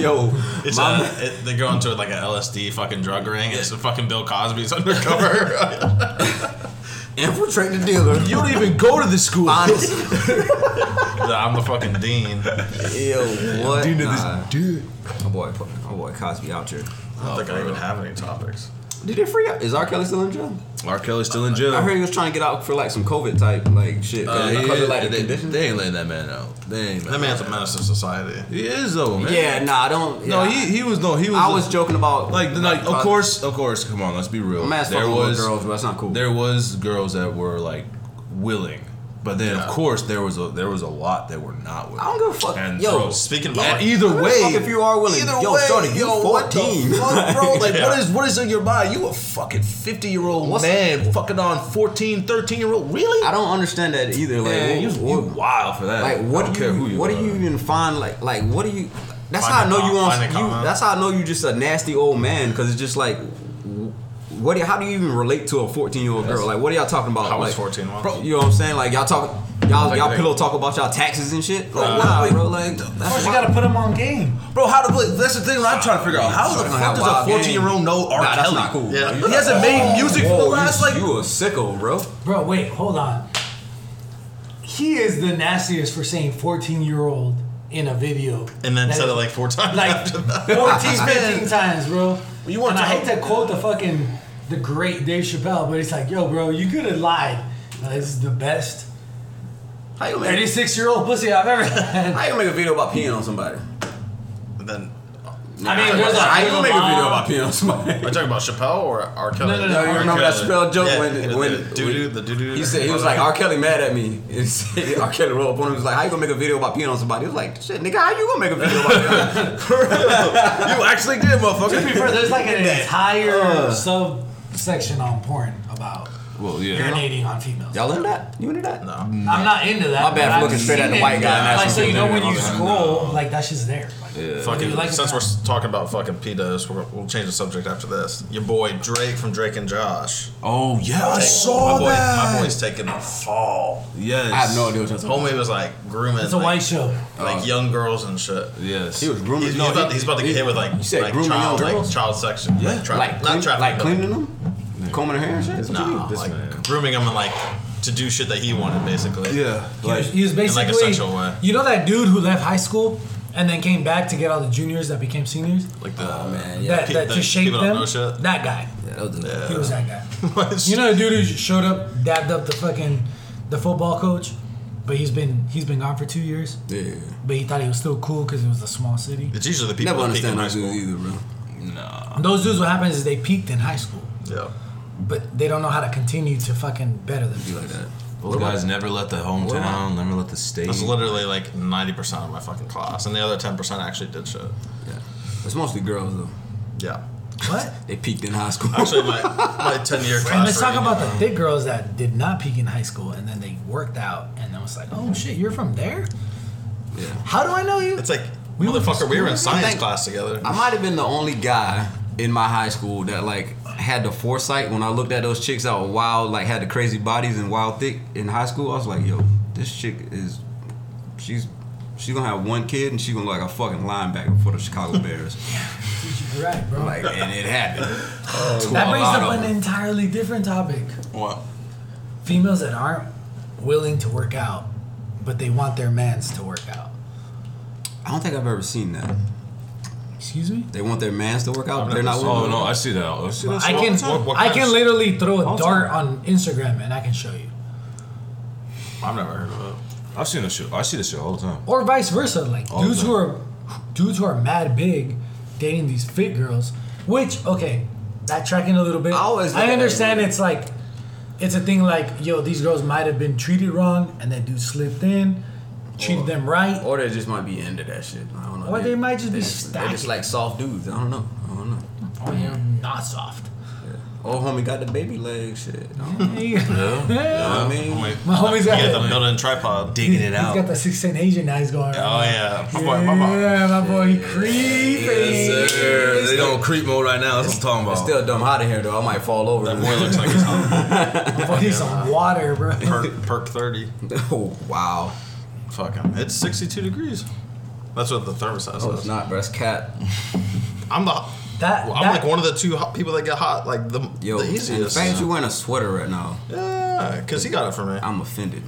A: yo,
B: It's
A: my-
B: a, it, they go into like a LSD fucking drug ring. and It's a fucking Bill Cosby's undercover.
A: infiltrate the dealer.
D: You don't even go to the school.
A: Honestly,
B: I'm the fucking dean.
A: yo, what?
D: Dude, this
A: nah.
D: dude.
A: Oh boy, oh boy, Cosby out here.
B: I don't think I even have any topics.
A: Did they free up? Is R. Kelly still in jail?
D: R. Kelly's still in jail.
A: I heard he was trying to get out for like some COVID type like shit
D: Uh, he
A: because
D: is-
A: of like the
D: they,
A: conditions.
D: they ain't letting that man out. They ain't.
B: That man's a menace to society.
D: He is though, man.
A: Yeah, nah, I don't.
D: No,
A: yeah.
D: he he was no. He was.
A: I was joking about
D: like like of
A: about-
D: course of course. Come on, let's be real.
A: I'm ass
D: There
A: fucking little
D: was
A: girls, but that's not cool.
D: there was girls that were like willing, but then of
B: Yeah.
D: course there was a there was a lot that were not willing.
A: I don't give a fuck.
D: And
A: yo,
D: bro,
B: Speaking
D: Yeah,
B: about
D: either
A: give a
D: way,
A: fuck if you are willing.
D: Either
A: Yo,
D: way,
A: shorty, you
D: yo, what the
A: 14.
D: fuck, bro? Like, what
B: Yeah.
D: is what is in your mind? You a fucking fifty year old
A: What's-
D: man fucking on 14, 13 year old? Really?
A: I don't understand that either. Like,
D: Man, you,
A: what,
D: you wild for that.
A: like
D: I
A: what
D: don't
A: do
D: care
A: you,
D: who you
A: what
D: are.
A: do you even find? Like, like what do you? That's
B: Find
A: how I
B: a
A: know you
B: com-
A: on.
B: find a
A: You,
B: comma.
A: that's how I know you just a nasty old man because it's just like, w- what? do- How do you even relate to a fourteen year old girl? Like, what are y'all talking about?
B: I was
A: Like,
B: 14 once.
A: You know what I'm saying? Like y'all talk, y'all
D: Like,
A: y'all
D: like-
A: pillow talk about y'all taxes and shit. Like,
B: Uh,
A: wow, bro. Like,
C: Of course,
A: that's
C: you
A: wild.
C: gotta put him on game.
D: Bro, how to play? That's the thing that I'm trying to figure out. How the
A: Sucking on
D: fuck
A: that
D: does a
A: wild
D: 14 year old
A: game.
D: know R.
A: Nah,
D: Kelly?
A: that's not cool.
B: Yeah.
A: bro. Oh,
D: He hasn't made music for the
A: Whoa,
D: last
A: you,
D: like.
A: you a sicko, bro.
C: Bro, wait, hold on. He is the nastiest for saying 14 year old in a video.
B: and then
C: That
B: said
C: is-
B: it like four times.
C: like
B: after
C: 14,
B: that.
C: 15 times, bro.
D: You wanna
C: and I
D: talk-
C: hate to quote the fucking the great Dave Chappelle, but it's like, yo, bro, you could have lied. Like, this is the best
A: How you make,
C: 36 year old pussy I've ever had.
A: how you make a video about peeing on somebody?
B: And then
C: I mean, there's a,
A: How you
C: there's a
A: make a video
C: lot-
A: about peeing on somebody?
B: are you talking about Chappelle or R. Kelly?
C: No, no,
A: No,
C: no,
A: Oh, you
C: R.
A: remember that Chappelle joke
B: Yeah,
A: when
B: the-
A: when
B: the doo-doo, the doo-doo.
A: He said he was like R. Kelly mad at me. And he said- R. Kelly rolled up on him. He was like, "How you gonna make a video about peeing on somebody?" He was like, "Shit, nigga, how you gonna make a video about peeing?"
D: You actually did,
C: To be
D: motherfucker.
C: fair, there's like an entire subsection on porn about
D: well, yeah.
C: urinating on females.
A: Y'all into that? You into that?
B: No.
C: I'm not into that.
A: My bad
C: but
A: for
C: I've
A: looking straight at
C: seen
A: the
C: it.
A: white guy and
C: Like,
A: asking
C: so you
A: him
C: know
A: to
C: when
A: do it.
C: you
A: My bad.
C: scroll, like that's just there. Like, whether
B: Fucking,
C: you like it
B: since
C: or
B: we're
C: not.
B: s- talking about fucking pedos, we're, we'll change the subject after this. Your boy Drake from Drake and Josh.
D: Oh yeah, I
B: Take-
D: saw
B: my boy,
D: that.
B: My boy's taking the fall.
D: Yes.
A: I have no idea what you're talking about.
B: Homie was like grooming
C: it's a
B: like,
C: white show.
B: like young girls and shit.
D: Yes.
A: He was Oh. grooming.
B: He's,
A: no,
B: he's, about,
A: he-
B: he's about to get
A: he-
B: hit with like,
A: you said
B: like
A: grooming
B: child,
A: young
B: like
A: girls?
B: child section,
D: Yeah.
B: like, tra-
A: like
B: not
A: clean,
B: trafficking,
A: like
B: but-
A: cleaning them, combing her hair and shit. What you
B: Nah,
A: mean?
D: This
B: like
D: man.
B: grooming him and like to do shit that he wanted, basically.
D: Yeah.
C: He was, he was
B: in, like, a
C: basically
B: sexual way.
C: You know that dude who left high school and then came back to get all the juniors that became seniors.
B: like the
A: Oh, man, yeah.
C: That,
B: pe-
C: that
B: the
C: to shape
B: people don't
C: them.
B: know shit.
C: That guy.
A: Yeah, that was-
C: He was that guy.
B: What?
C: You know the dude who showed up, dabbed up the fucking the football coach, but he's been he's been gone for two years.
A: yeah.
C: But he thought he was still cool because it was a small city.
B: It's usually the people
A: Never
B: that peak in
A: understand
B: high
A: those dudes
B: school.
A: either, bro.
D: Nah.
C: And those dudes, what happens is they peaked in high school,
B: Yeah.
A: Mm-hmm.
C: but they don't know how to continue to fucking better
A: Be
C: themselves.
A: like that.
D: Those guys never left the hometown. Never left the state.
B: That's literally like 90% of my fucking class. And the other 10% actually did shit.
A: Yeah. It's mostly girls though.
B: Yeah.
C: What?
A: They peaked in high school.
B: Actually, my, my 10 year class.
C: And let's talk
B: reunion-
C: about the thick girls that did not peak in high school and then they worked out and then was like, oh shit, you're from there?
A: yeah.
C: How do I know you?
B: It's like,
C: We were-
B: Motherfucker, we were in science
A: think-
B: class together.
A: I might have been the only guy in my high school that like had the foresight when I looked at those chicks out wild, like had the crazy bodies and wild thick in high school. I was like, yo, this chick is, she's, she's gonna have one kid and she's gonna look like a fucking linebacker for the Chicago Bears.
C: You're right, bro.
A: like, and it happened. To
C: that
A: a
C: brings
A: lot
C: up
A: of
C: an
A: them.
C: entirely different topic.
B: What?
C: Females that aren't willing to work out, but they want their mans to work out.
A: I don't think I've ever seen that.
C: Excuse me.
A: They want their mans to work out.
B: I've
A: They're not.
B: never seen
A: willing
D: Oh
A: to
D: no,
A: work
D: I
A: out.
D: see that. I see that.
C: I
B: What-
C: can
B: what- what
C: I
B: kind
C: can
B: of-
C: literally throw a
D: Also-
C: dart on Instagram and I can show you,
B: I've never heard of it.
D: I've seen this shit. I see this shit all the time.
C: or vice versa. Like
D: All
C: dudes
D: the-
C: who are dudes who are mad big, dating these fit girls. Which okay, backtracking a little bit.
A: I always look at
C: I
A: that
C: understand
A: weird.
C: it's like it's a thing like yo these girls might have been treated wrong and that dude slipped in, treated
A: Or-
C: them right.
A: Or they just might be into that shit. I don't know.
C: Or they might just be
A: they just, they just
C: stacking.
A: like soft dudes. I don't know. I don't know.
C: Oh, yeah. Not soft.
A: Oh, homie got the baby leg shit. I don't know. I mean,
B: Wait,
C: My homie's
B: you
C: got
B: got
C: it.
B: the building tripod.
D: Digging it
C: He's got the 16 Asian eyes going.
B: Oh yeah, my boy,
C: yeah,
B: my boy.
C: my boy, he creepy.
D: Yes, sir. They don't creep mode right now. That's what I'm
A: It's
D: talking about.
A: still dumb hot in here though. I might fall over.
B: That boy looks like he's on
C: My boy, he's on water, bro.
B: perk, perk thirty.
A: oh wow.
B: Fuck him. It's sixty-two degrees. That's what the thermostat
A: No, Oh, it's
B: says.
A: not, bro. It's cat.
B: I'm the.
C: That,
B: I'm
C: that-
B: like one of the two hot people that get hot like the,
A: Yo,
B: the
A: and the
B: easiest.
A: fact you wearing a sweater right now,
B: Yeah, cause he got it for me.
A: I'm offended.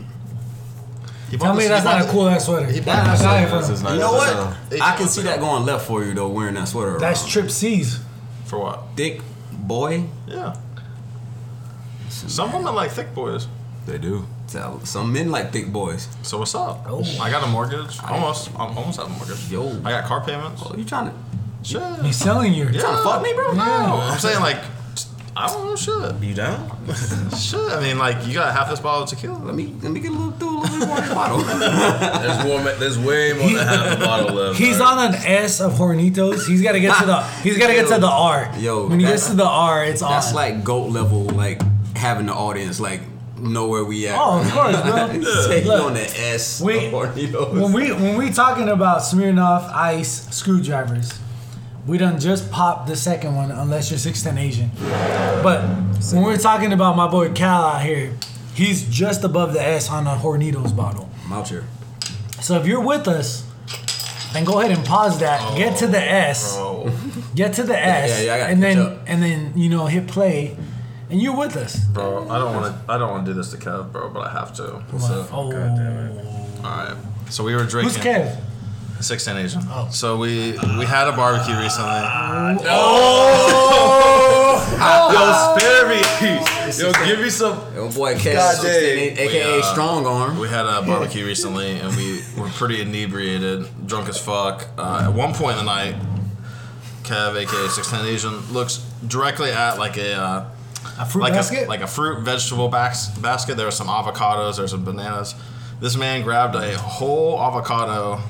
B: He bought
C: Tell me
B: this-
C: that's
B: he bought
C: not a
B: the-
C: cool ass sweater.
B: He
C: That-
B: bought
C: that's
B: this-
C: not it
B: this
C: for
B: is
C: me.
B: not-
A: You know what?
B: It's-
A: I can see that going left for you though, wearing that sweater.
C: That's
A: around.
C: Trip C's.
B: For what?
A: thick, boy.
B: Yeah. Some women like thick boys.
D: They do.
A: So- Some men like thick boys.
B: So what's up?
C: Oh.
B: I got a mortgage. Almost. I'm almost out of mortgage.
A: Yo.
B: I got car payments.
A: Oh, you trying to?
B: Shit.
C: He's selling you.
B: Yeah.
A: tryna fuck me, bro?
B: No.
C: Yeah.
B: I'm saying like, I don't know shit.
D: You down?
B: Shit. I mean like, you got half this bottle of tequila.
A: Let me let me get a little through a little bit more in the bottle.
D: There's more. There's way more than half a bottle left.
C: He's
D: man.
C: on an S of Hornitos. He's gotta get to the. He's gotta get to the R.
A: Yo,
C: when he
A: that-
C: gets to the R, it's on.
A: That's like goat level, like having the audience like know where we at.
C: Oh, of course, bro.
A: Take
C: Look.
A: on the S.
C: We-
A: or, you know,
C: when we when we talking about Smirnoff Ice screwdrivers, we done just popped the second one. Unless you're sixth and Asian, but when we're talking about my boy Cal out here, he's just above the S on a Hornitos bottle.
A: I'm out here.
C: So if you're with us, then go ahead and pause that. get to
A: Oh,
C: the S.
B: Bro.
C: Get to the S.
A: yeah, I gotta
C: and
A: catch
C: then
A: up.
C: and then you know hit play, and you're with us.
B: Bro, I don't want to. I don't want to do this to Kev, bro, but I have to.
C: oh.
B: All right. So we were drinking.
C: Who's Kev?
B: Six and Asian.
C: Oh.
B: So we we had a barbecue recently.
D: Yo, spare me. Yo, give me some.
A: Yo, boy,
D: God
A: Cass,
D: dang.
A: aka
B: We, uh,
A: Strong Arm.
B: We had a barbecue recently, and we were pretty inebriated, drunk as fuck. Uh, at one point in the night, Kev, aka Six Ten Asian, looks directly at like a uh,
C: A fruit
B: like
C: basket.
B: a like a fruit vegetable bas- basket. There were some avocados. There were some bananas. This man grabbed a whole avocado.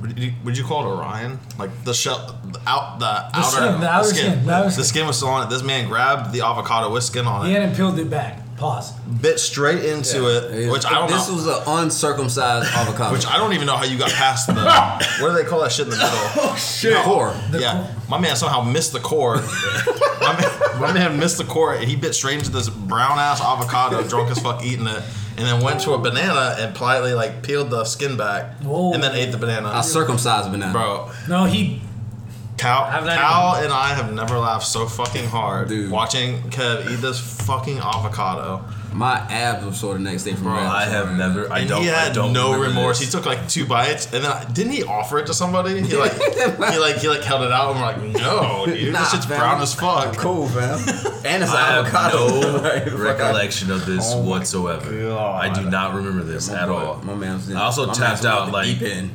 B: Would you, would you call it Orion? Like the shell, the out the, outer,
C: skin, the outer skin, the outer
B: the
C: skin.
B: skin was still on it. This man grabbed the avocado with skin on it,
C: he hadn't peeled it back. Pause.
B: bit straight into it, which I don't
A: this
B: know.
A: was an uncircumcised avocado.
B: Which I don't even know how you got past the. what do they call that shit in the middle? Oh shit!
A: Core.
B: yeah, my man somehow missed the core. my, man, my man missed the core. and He bit straight into this brown ass avocado, drunk as fuck, eating it, and then went to a banana and politely like peeled the skin back,
C: Whoa.
B: and then ate the banana.
A: a circumcised banana.
B: Bro,
C: No, he
B: Cal,
C: I've not
B: Cal and I have never laughed so fucking hard
A: Dude.
B: watching Kev eat this fucking avocado.
A: My abs were sore the next day from
B: Bro,
A: that.
D: I have never. I
B: And
D: don't.
B: he
D: I
B: had
D: don't
B: no
D: remember
B: remorse.
D: this.
B: He took like two bites, and then I, didn't he offer it to somebody? He like he like he like held it out, and we're like, no, dude,
A: Nah,
B: this shit's
A: fam.
B: brown as fuck.
A: Cool, fam. and it's an
D: I have
A: avocado.
D: no
A: Like, fuck, I-
D: recollection of this whatsoever.
B: God.
D: I do not remember this
A: My
D: at
A: boy-
D: all.
A: My man's in.
D: I also
A: my man's
D: tapped
A: about
D: out,
A: to
D: like-
A: deep end.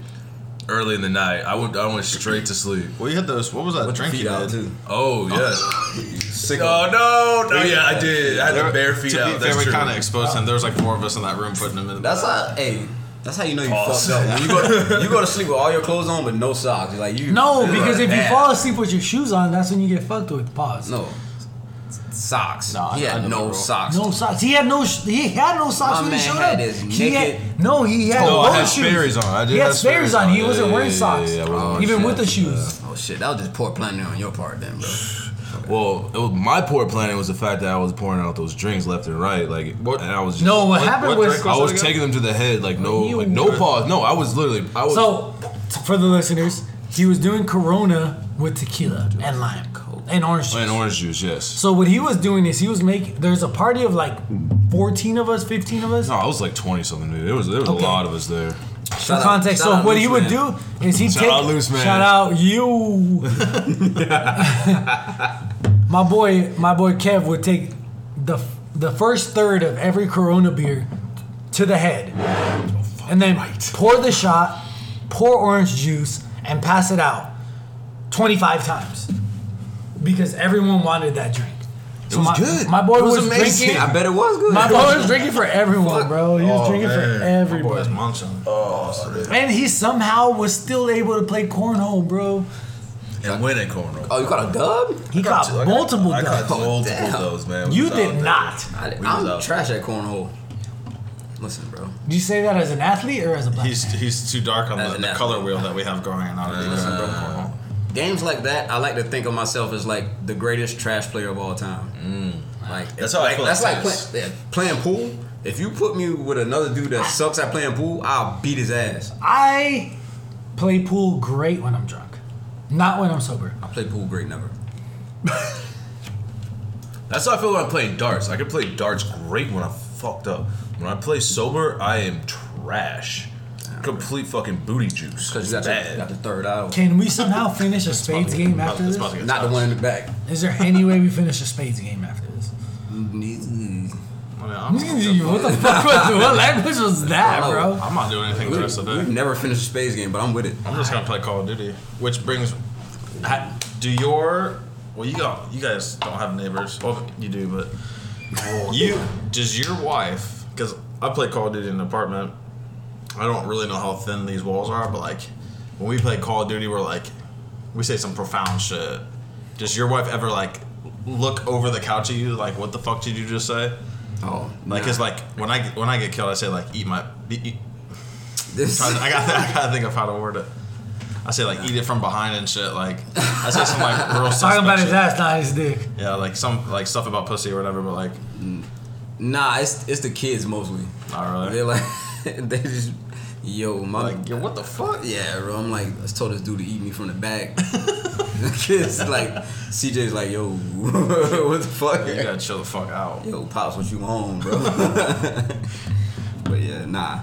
D: Early in the night, I went. I went straight to sleep.
B: Well, you had those. What was that drink
A: feet
B: you
A: out
B: did?
A: too.
D: Oh yeah.
A: Sick.
D: Oh no! No, yeah, I did. I had
B: There
D: the
B: were-
D: bare feet
B: to be
D: out.
B: fair,
D: That's
B: we
D: true.
B: kind of exposed him. There was like four of us in that room putting him in.
A: That's how. Hey, that's how you know you
D: Pause.
A: fucked up. When you go, you go to sleep with all your clothes on, but no socks. Like you.
C: no
A: you
C: because
A: are
C: if you
A: bad.
C: fall asleep with your shoes on, that's when you get fucked with. Pause.
A: No. socks.
B: Nah,
A: he
B: I- I
A: had
B: know the
A: no
B: rule.
A: socks.
C: No socks. He had no. sh- He had no socks
A: My
C: when he
A: man
C: showed
A: had
C: up.
A: his
C: he
A: naked-
C: had, no, he had
D: Oh,
C: no
D: I had
C: shoes.
D: Sperry's on. I did
C: He
D: have
C: had Sperry's
D: Sperry's
C: on.
D: on.
C: He wasn't
D: Yeah,
C: wearing
D: yeah,
C: socks,
D: yeah, I wasn't
A: wearing
C: even
A: shit.
C: with the shoes.
A: Oh shit, that was just poor planning on your part then, bro.
D: Well, it was, my poor planning was the fact that I was pouring out those drinks left and right, like,
B: What-
D: and I was just,
C: No, what,
B: What-
C: happened
B: what
C: was
B: drink
D: I was
B: again?
D: taking them to the head, like no,
C: You-
D: like no pause, no. I was literally, I was.
C: so for the listeners, he was doing Corona with tequila and lime and orange juice.
D: and orange juice, yes.
C: So what he was doing is he was making. There's a party of like 14 of us, 15 of us.
D: No, I was like twenty something, dude. There was there was
C: Okay.
D: a lot of us there.
C: For
A: Shout out-
C: context,
A: shout
C: so
A: out
C: what
A: Loose
C: he would
A: Man.
C: do is he
D: Shout
C: take
D: out Loose Man.
C: shout out you, my boy, my boy Kev would take the the first third of every Corona beer to the head, and then pour the shot, pour orange juice, and pass it out twenty five times because everyone wanted that drink. So
D: was
C: my,
D: good.
C: My boy
D: It was
C: was,
D: amazing.
C: drinking.
A: I bet it was good.
C: My boy was drinking for everyone, bro. He was drinking for
B: Oh, My boy
C: everybody.
B: is munching. Oh,
C: And he somehow was still able to play cornhole, bro.
D: And winning corner.
A: oh, you caught a dub?
C: He got, multiple dubs.
D: multiple
A: Damn.
D: those, man. We
C: You
D: was out
C: did
D: there.
C: not.
A: I,
D: We
A: I'm
D: was out.
A: trash at cornhole. Listen, bro.
C: Did you say that as an athlete or as a black
B: he's he's too dark on
A: That's
B: the, the
A: enough.
B: color wheel that we have going on. Uh,
A: Games like that, I like to think of myself as like the greatest trash player of all time. Like
D: That's
A: it's
D: how I
A: like,
D: feel
A: That's
D: like
A: like
D: tennis.
A: play, yeah, playing pool. If you put me with another dude that sucks at playing pool, I'll beat his ass.
C: I play pool great when I'm drunk. Not when I'm sober.
A: I play pool great, never.
D: That's how I feel when I'm playing darts. I can play darts great when I'm fucked up. When I play sober, I am trash. Complete fucking booty juice.
A: Because you
D: It's
A: got, your,
D: bad.
A: got the third eye. open.
C: Can we somehow finish a spades game after this?
A: Not the one in the back.
C: Is there any way we finish a spades game after this? what the fuck was what language was that, bro?
B: I'm not doing anything the rest of the
A: We've
B: day.
A: never finished a space game, but I'm with it.
B: I'm just gonna play Call of Duty, which brings. ha- Do your well, you got you guys don't have neighbors. Well, you do, but you does your wife? Because I play Call of Duty in an apartment. I don't really know how thin these walls are, but like when we play Call of Duty, we're like we say some profound shit. Does your wife ever like look over the couch at you like what the fuck did you just say?
A: Oh,
B: Like
A: nah.
B: it's like when I when I get killed, I say like eat my eat,
A: this.
B: trying to- I got I gotta think of how to word it. I say like eat it from behind and shit. Like I say some like real suspect
C: Talking about his
B: shit.
C: ass, not his dick.
B: Yeah, like some like stuff about pussy or whatever. But like,
A: Nah, it's it's the kids mostly.
B: not really.
A: They're like, they just, yo, my
B: Like yo, what the fuck?
A: Yeah, bro. I'm like, I told this dude to eat me from the back. The Kids like, CJ's like, yo, what the fuck?
B: You gotta chill the fuck out.
A: Yo, pops, what you on, bro? but yeah, nah.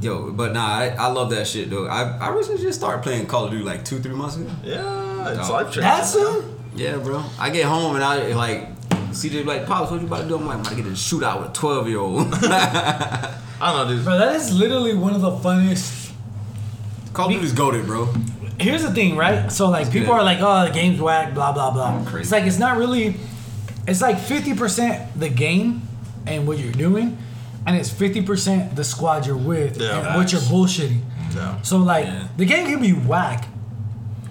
A: Yo, but nah, I, I love that shit though. I, I recently just started playing Call of Duty like two, three months ago.
B: Yeah, it's
A: No.
B: life changing.
C: That's him?
A: Yeah, bro. I get home and I like CJ like, pops, what you about to do? I'm like, I'm about to get in a shootout with a 12 year old.
B: I don't know, dude.
C: Bro, that is literally one of the funniest
A: Call of Duty's goaded, bro.
C: here's the thing, right? So like people
A: good.
C: are like, oh, the game's whack, blah blah blah.
A: Crazy.
C: It's like it's not really. It's like fifty percent the game and what you're doing, and it's fifty percent the squad you're with
B: Yeah.
C: and what you're bullshitting.
B: Yeah.
C: So like
A: Yeah.
C: the game can be whack,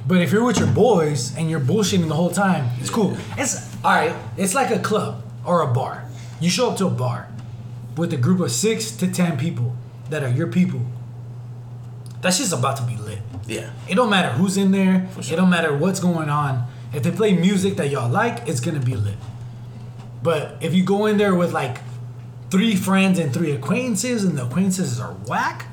C: but if you're with your boys and you're bullshitting the whole time, it's cool. It's all right. It's like a club or a bar. You show up to a bar with a group of six to ten people that are your people. That's just about to be lit.
A: Yeah.
C: It don't matter who's in there. It don't matter what's going on. If they play music that y'all like, it's gonna be lit. But if you go in there with like three friends and three acquaintances, and the acquaintances are whack,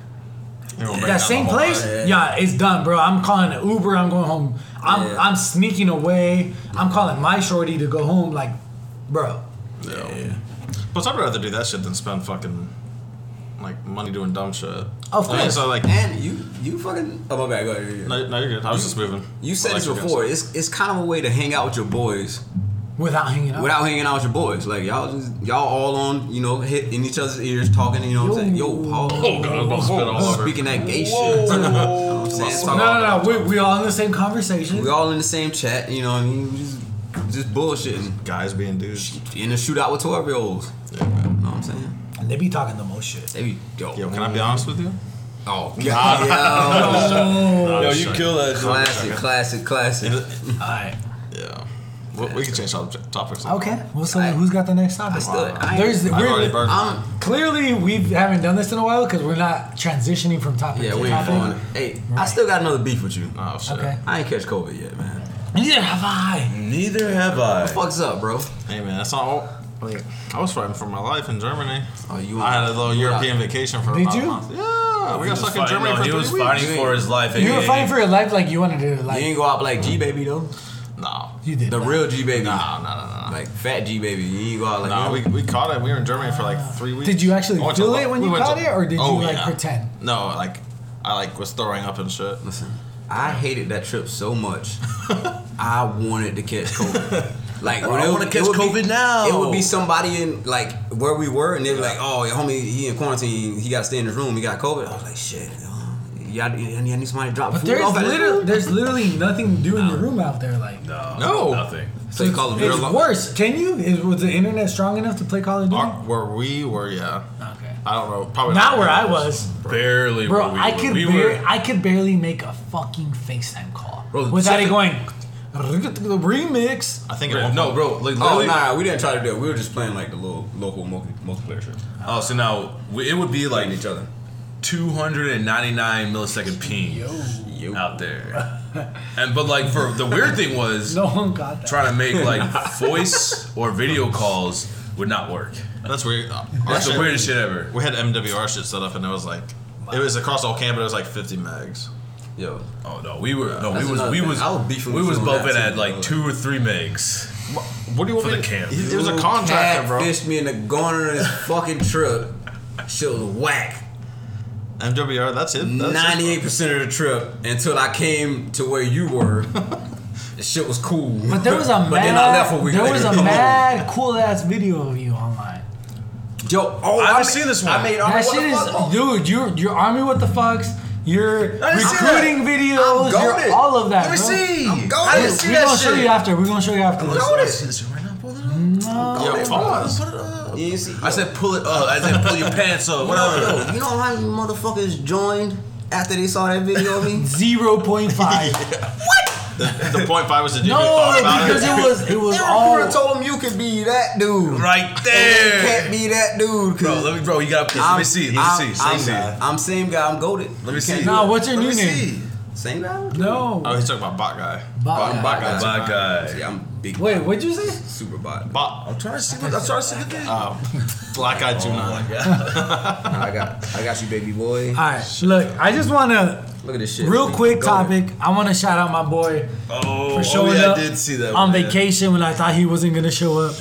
B: You're gonna break down
C: that same
B: the whole
C: place,
B: house.
C: yeah. it's done, bro. I'm calling an Uber. I'm going home. I'm
A: Yeah.
C: I'm sneaking away. I'm calling my shorty to go home. Like, bro,
B: Yeah. Plus, I'd rather do that shit than spend fucking like money doing dumb shit.
C: Of
B: I mean,
C: course.
B: so like,
A: And you you fucking oh my bad, go ahead. yeah, yeah.
B: no, no, you're good. I was just moving.
A: You said
B: Like,
A: this
B: you're good.
A: before. It's it's kind of a way to hang out with your boys
C: without hanging out.
A: without hanging out with your boys. Like y'all just y'all all on you know hit in each other's ears talking. You know what I'm saying? Yo, Paul.
B: Oh god, I'm about to spit all over.
A: Speaking that gay shit. You know what I'm saying?
C: no,
A: Talking about-
C: no, no. We we all in the same conversation.
A: We all in the same chat. You know what I mean? We Just just bullshitting
B: guys being dudes.
A: in a shootout with twelve year olds.
B: Yeah, man.
A: You know what I'm saying?
C: and they be talking the most shit.
A: They be yo.
B: Yo, can I be honest with you?
A: Oh God.
B: No,
D: Yo,
B: I'm
D: you
B: just
D: kill that.
A: Yo, classic, classic, classic.
B: joking.
C: All right.
B: Yeah. We, we can change top, topics.
C: Okay. Well, so
A: I-
C: who's got the next topic?
A: I still, I,
C: There's
B: I've already
C: we're,
B: burned. mine.
A: I'm,
C: clearly we haven't done this in a while because we're not transitioning from topic
A: yeah,
C: to
A: we ain't
C: topic.
A: falling. Hey, I
C: Right.
A: still got another beef with you.
B: oh shit.
C: Okay.
A: I ain't catch COVID yet, man.
C: Neither have I.
D: Neither have I.
A: Fucks up, bro.
B: Hey man, that's all. Like, I was fighting for my life in Germany.
A: Oh, you.
B: I had a little
A: you
B: European vacation for
C: Did
B: about
C: you?
B: a month. Yeah, we got stuck in
D: Fighting-
B: Germany
D: no,
B: for
D: he
B: three
D: was
B: weeks.
D: fighting for his life.
C: You were
D: aka.
C: fighting for your life like you wanted to.
A: You
C: Like
A: ain't go out like G baby though.
B: No,
C: you did.
A: The real G baby,
B: no, no, no, no.
A: like fat G baby. You ain't go out like.
B: No, we,
A: him.
B: we caught it. We were in Germany for like three weeks.
C: Did you actually
B: I went to
C: feel
B: Lo-
C: it when
B: we
C: you
B: went
C: caught
B: to-
C: it, or did you,
B: Oh,
C: like,
B: yeah.
C: pretend? Mm-hmm.
B: No, like I like was throwing up and shit.
A: Listen, I hated that trip so much. I wanted to catch COVID. Like when
D: I
A: it
D: wanna
A: would-
D: catch
A: it would be-
D: COVID now.
A: It would be somebody in like where we were, and they were like, "Oh, your homie, he in quarantine. He got to stay in his room. He got COVID." I was like, "Shit, oh, y'all, y'all need somebody to drop
C: But
A: food
C: there's
A: off at his
C: literally
A: room?"
C: there's literally nothing to do in your room out there. Like
D: No,
B: No.
D: nothing.
A: So you call it
C: it's
A: real life?
C: worse. Can you? Is, was the internet strong enough to play Call of Duty?
B: Our- where we were, yeah.
C: okay.
B: I don't know. Probably
C: Not where I was,
D: Barely.
C: bro.
D: were we
C: I
D: were-
C: could
D: we
C: bar-
D: were.
C: I could barely make a fucking FaceTime call
A: Bro,
C: without it
A: second-
C: going remix.
B: I think it
D: Bro,
B: was
D: No, bro. Like,
A: Oh
D: literally,
A: nah, we didn't try to do it. We were just playing like the little local multi- multiplayer trip,
D: Oh, so now we- it would be like
A: fighting each other.
D: 299 millisecond ping
A: Yo.
D: out there. And but like for the weird thing was
C: No one got that.
D: trying to make like voice or video calls would not work.
B: That's weird. Our
D: That's the
B: shit-
D: weirdest shit ever.
B: We had MWR shit set up, and it was like it was across all camp, but it was like 50 megs.
A: Yo,
D: Oh no, we were no,
A: That's
D: we was
A: another
D: we
A: thing.
D: was
A: I would beef with
D: we
A: you
D: was
A: on
D: bumping
A: that
D: at
A: too,
D: like
A: bro.
D: two or three megs.
B: What do you want
D: For
B: me
D: the
B: to-
D: camp.
B: It was a contractor, bro.
A: Fished me in the corner of this fucking trip. Shit was whack.
B: MWR. That's it. That's
A: Ninety-eight
B: It.
A: percent of the trip until I came to where you were. the shit was cool.
C: But there was a mad,
A: But then I left a week
C: there was a
A: later.
C: mad cool ass video of you online.
A: Yo, oh,
D: I
A: I,
D: haven't
A: ma-
D: seen this one.
A: I made all
C: that
A: what the
C: shit is,
A: fuck? Oh,
C: dude. You're you're army with the fucks. You're
D: I didn't see that.
C: recruiting videos.
A: I'm
C: You're
A: goated.
C: all of that.
D: Let me
C: bro.
D: see.
A: I'm going.
D: I didn't see
C: We're
D: that
C: gonna show
D: shit.
C: you after. We're gonna show you after this.
D: Look at this. Right now, pull it up.
B: Yeah, pause.
D: Put it up.
A: You see-
D: I said pull it up. I said pull your pants up.
A: Yo,
D: Whatever.
A: you know how many motherfuckers joined after they saw that video of me?
C: Zero point five.
B: The point five was to do
C: No,
B: thought about
C: because
B: it.
C: it was it was
A: Their recruiter
C: all.
A: told him you could be that dude.
D: Right
A: You can't
D: there.
A: be that dude. 'cause
D: Bro, let me bro, you got let
A: I'm-
D: me see.
A: I'm-
D: Let me see. Let
A: I'm,
D: me see.
A: I'm same guy. I'm goaded.
D: Let me see.
C: Nah, what's your
D: Let
C: new
D: me
C: name?
D: see.
A: Same guy.
B: Oh,
C: No.
B: he's talking about bot guy.
C: Bot
B: I'm
C: guy.
B: bot guy.
D: Black guy.
A: See, I'm big.
C: Wait, what'd you say?
A: Super bot.
B: Bot.
D: I'm trying to see. What, I'm trying to see the thing.
B: Oh, black guy too.
A: I got, I got you, baby boy.
C: All right. Look, I just wanna
A: Look at this shit.
C: real quick
A: Go ahead.
C: topic. I wanna shout out my boy
D: oh,
C: for showing
D: yeah,
C: up
D: I did see that
C: on
D: one, yeah.
C: vacation when I thought he wasn't gonna show up.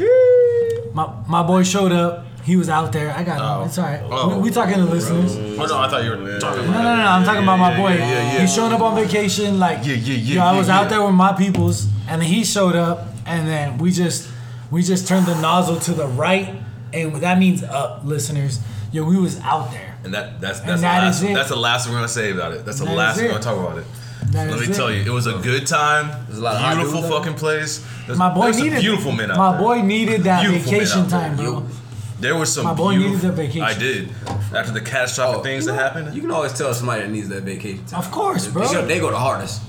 C: My my boy showed up. He was out there. I got
B: Oh.
C: him. It's all right.
B: Oh.
C: We, we talking to listeners.
B: Oh no, I thought you were talking
C: No,
B: about.
C: no, no. I'm talking about my
D: yeah,
C: boy.
D: yeah, yeah, yeah.
C: He's showing up on vacation. Like,
D: Yeah, yeah, yeah,
C: yo, I
D: yeah,
C: was
D: yeah.
C: out there with my peoples, and he showed up, and then we just, we just turned the nozzle to the right, and that means up, listeners. Yo, we was out there.
D: And that that's that's
C: And
D: the
C: that
D: last
C: is it.
D: that's the last thing we're gonna say about it. That's the
C: That is
D: last thing
C: it.
D: we're gonna talk about it.
C: That
D: Let
C: is
D: me
C: it.
D: tell you, it was a good time.
A: a lot of hot
D: beautiful
A: dudes out
D: fucking place. There's-
C: My boy
D: there's some
C: needed
D: beautiful men out
C: My
D: there.
C: boy needed that
D: Beautiful men out
C: vacation
D: there.
C: time, bro.
D: There was some.
C: My boy
D: beautiful,
C: needed a vacation. Oh.
D: I did. After the catastrophic things that happened.
A: You can always tell somebody that needs that vacation time.
C: Of course, bro.
A: They go, they go the hardest.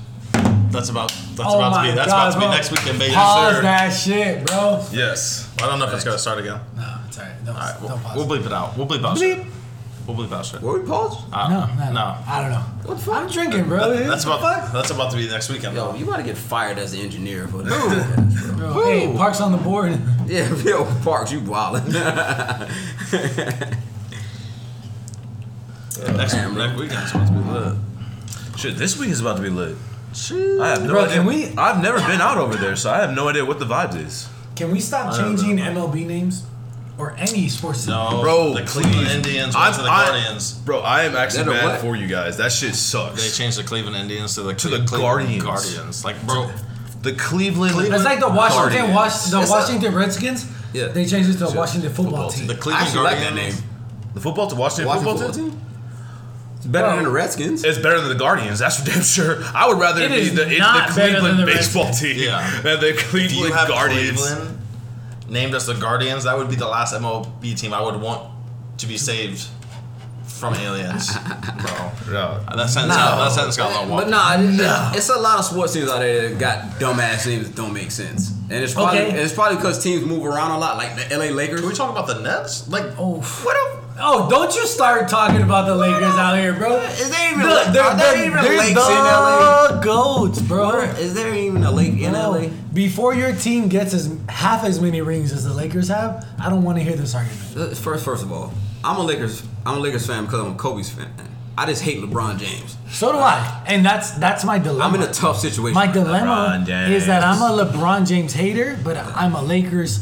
B: That's about. That's
C: Oh
B: about to
C: my
B: be. That's
C: God,
B: about to be
C: bro.
B: next weekend, baby.
C: Pause
B: Sir.
C: that shit, bro.
D: yes.
B: I don't know if it's gonna start again.
C: No, it's alright. Don't,
B: All right,
C: don't pause.
B: we'll, we'll bleep it out. We'll bleep out shit.
C: Bleep.
B: We'll bleep out shit.
A: Were we paused?
B: Uh,
C: no, no,
B: no.
C: I don't know.
A: What the fuck?
C: I'm drinking, bro.
B: That- that's
C: What
B: about.
C: the fuck?
B: That's about to be next weekend.
A: Yo, you gotta get fired as an engineer for this.
C: Bro, Hey, Park's on the board.
A: yeah, yo, Parks, you wildin'.
B: next,
A: man, bro.
B: next weekend's about to be lit.
D: Shit, this week is about to be lit. I have no
C: Bro,
D: idea.
C: can we-
D: I've never been out over there, so I have no idea what the vibes is.
C: Can we stop changing MLB names or any sports? team?
B: No,
D: Bro,
B: the Cleveland
D: please.
B: Indians
D: I'm-
B: went to the
D: I-
B: Guardians.
D: Bro, I am actually
A: That a
D: mad
A: what?
D: for you guys. That shit
B: They
D: sucks.
B: changed the Cleveland Indians to the to
D: the Guardians.
B: Guardians. Like, bro,
D: The Cleveland.
C: It's like the Washington
D: Guardians.
C: Was- the
A: It's not-
C: Washington Redskins.
A: Yeah.
C: They changed it to the Washington
D: Football
C: football, team.
D: team.
B: the
A: I
B: Cleveland
A: actually like
B: Guardians.
A: that name.
D: The football to Washington,
A: Washington
D: football team.
A: It's better
C: Bro.
A: than the Redskins.
D: It's better than the Guardians. That's for damn sure. I would rather
C: It
D: it be
C: is
D: the, it's the
C: not better
D: Cleveland
C: than the
D: baseball team
B: Yeah.
D: than the
B: If you
D: Cleveland
B: have
D: Guardians.
B: Cleveland named as the Guardians, that would be the last MLB team I would want to be saved from aliens, bro.
D: No.
B: That sentence, got, that sentence got a lot
A: But
B: wild.
A: nah, it- it's a lot of sports teams out there that got dumbass names that don't make sense, and it's probably
C: Okay.
A: and it's probably because teams move around a lot, like the LA Lakers.
B: Can we talk about the Nets? Like,
C: Oh,
A: What up?
C: oh, don't you start talking about the Lakers out here, bro.
A: Is there even
C: Look,
A: a,
C: they're-
A: are there
C: they're-
A: even
C: they're
A: lakes in
C: the
A: LA?
C: goats, bro.
A: Is there even a lake in
C: No,
A: LA?
C: Before your team gets as half as many rings as the Lakers have, I don't want to hear this argument.
A: Uh, First, first of all, I'm a Lakers. I'm a Lakers fan because I'm a Kobe's fan. I just hate LeBron James.
C: So do I, and that's that's my dilemma.
A: I'm in a tough situation.
C: my dilemma
D: LeBron James.
C: is that I'm a LeBron James hater, but I'm a Lakers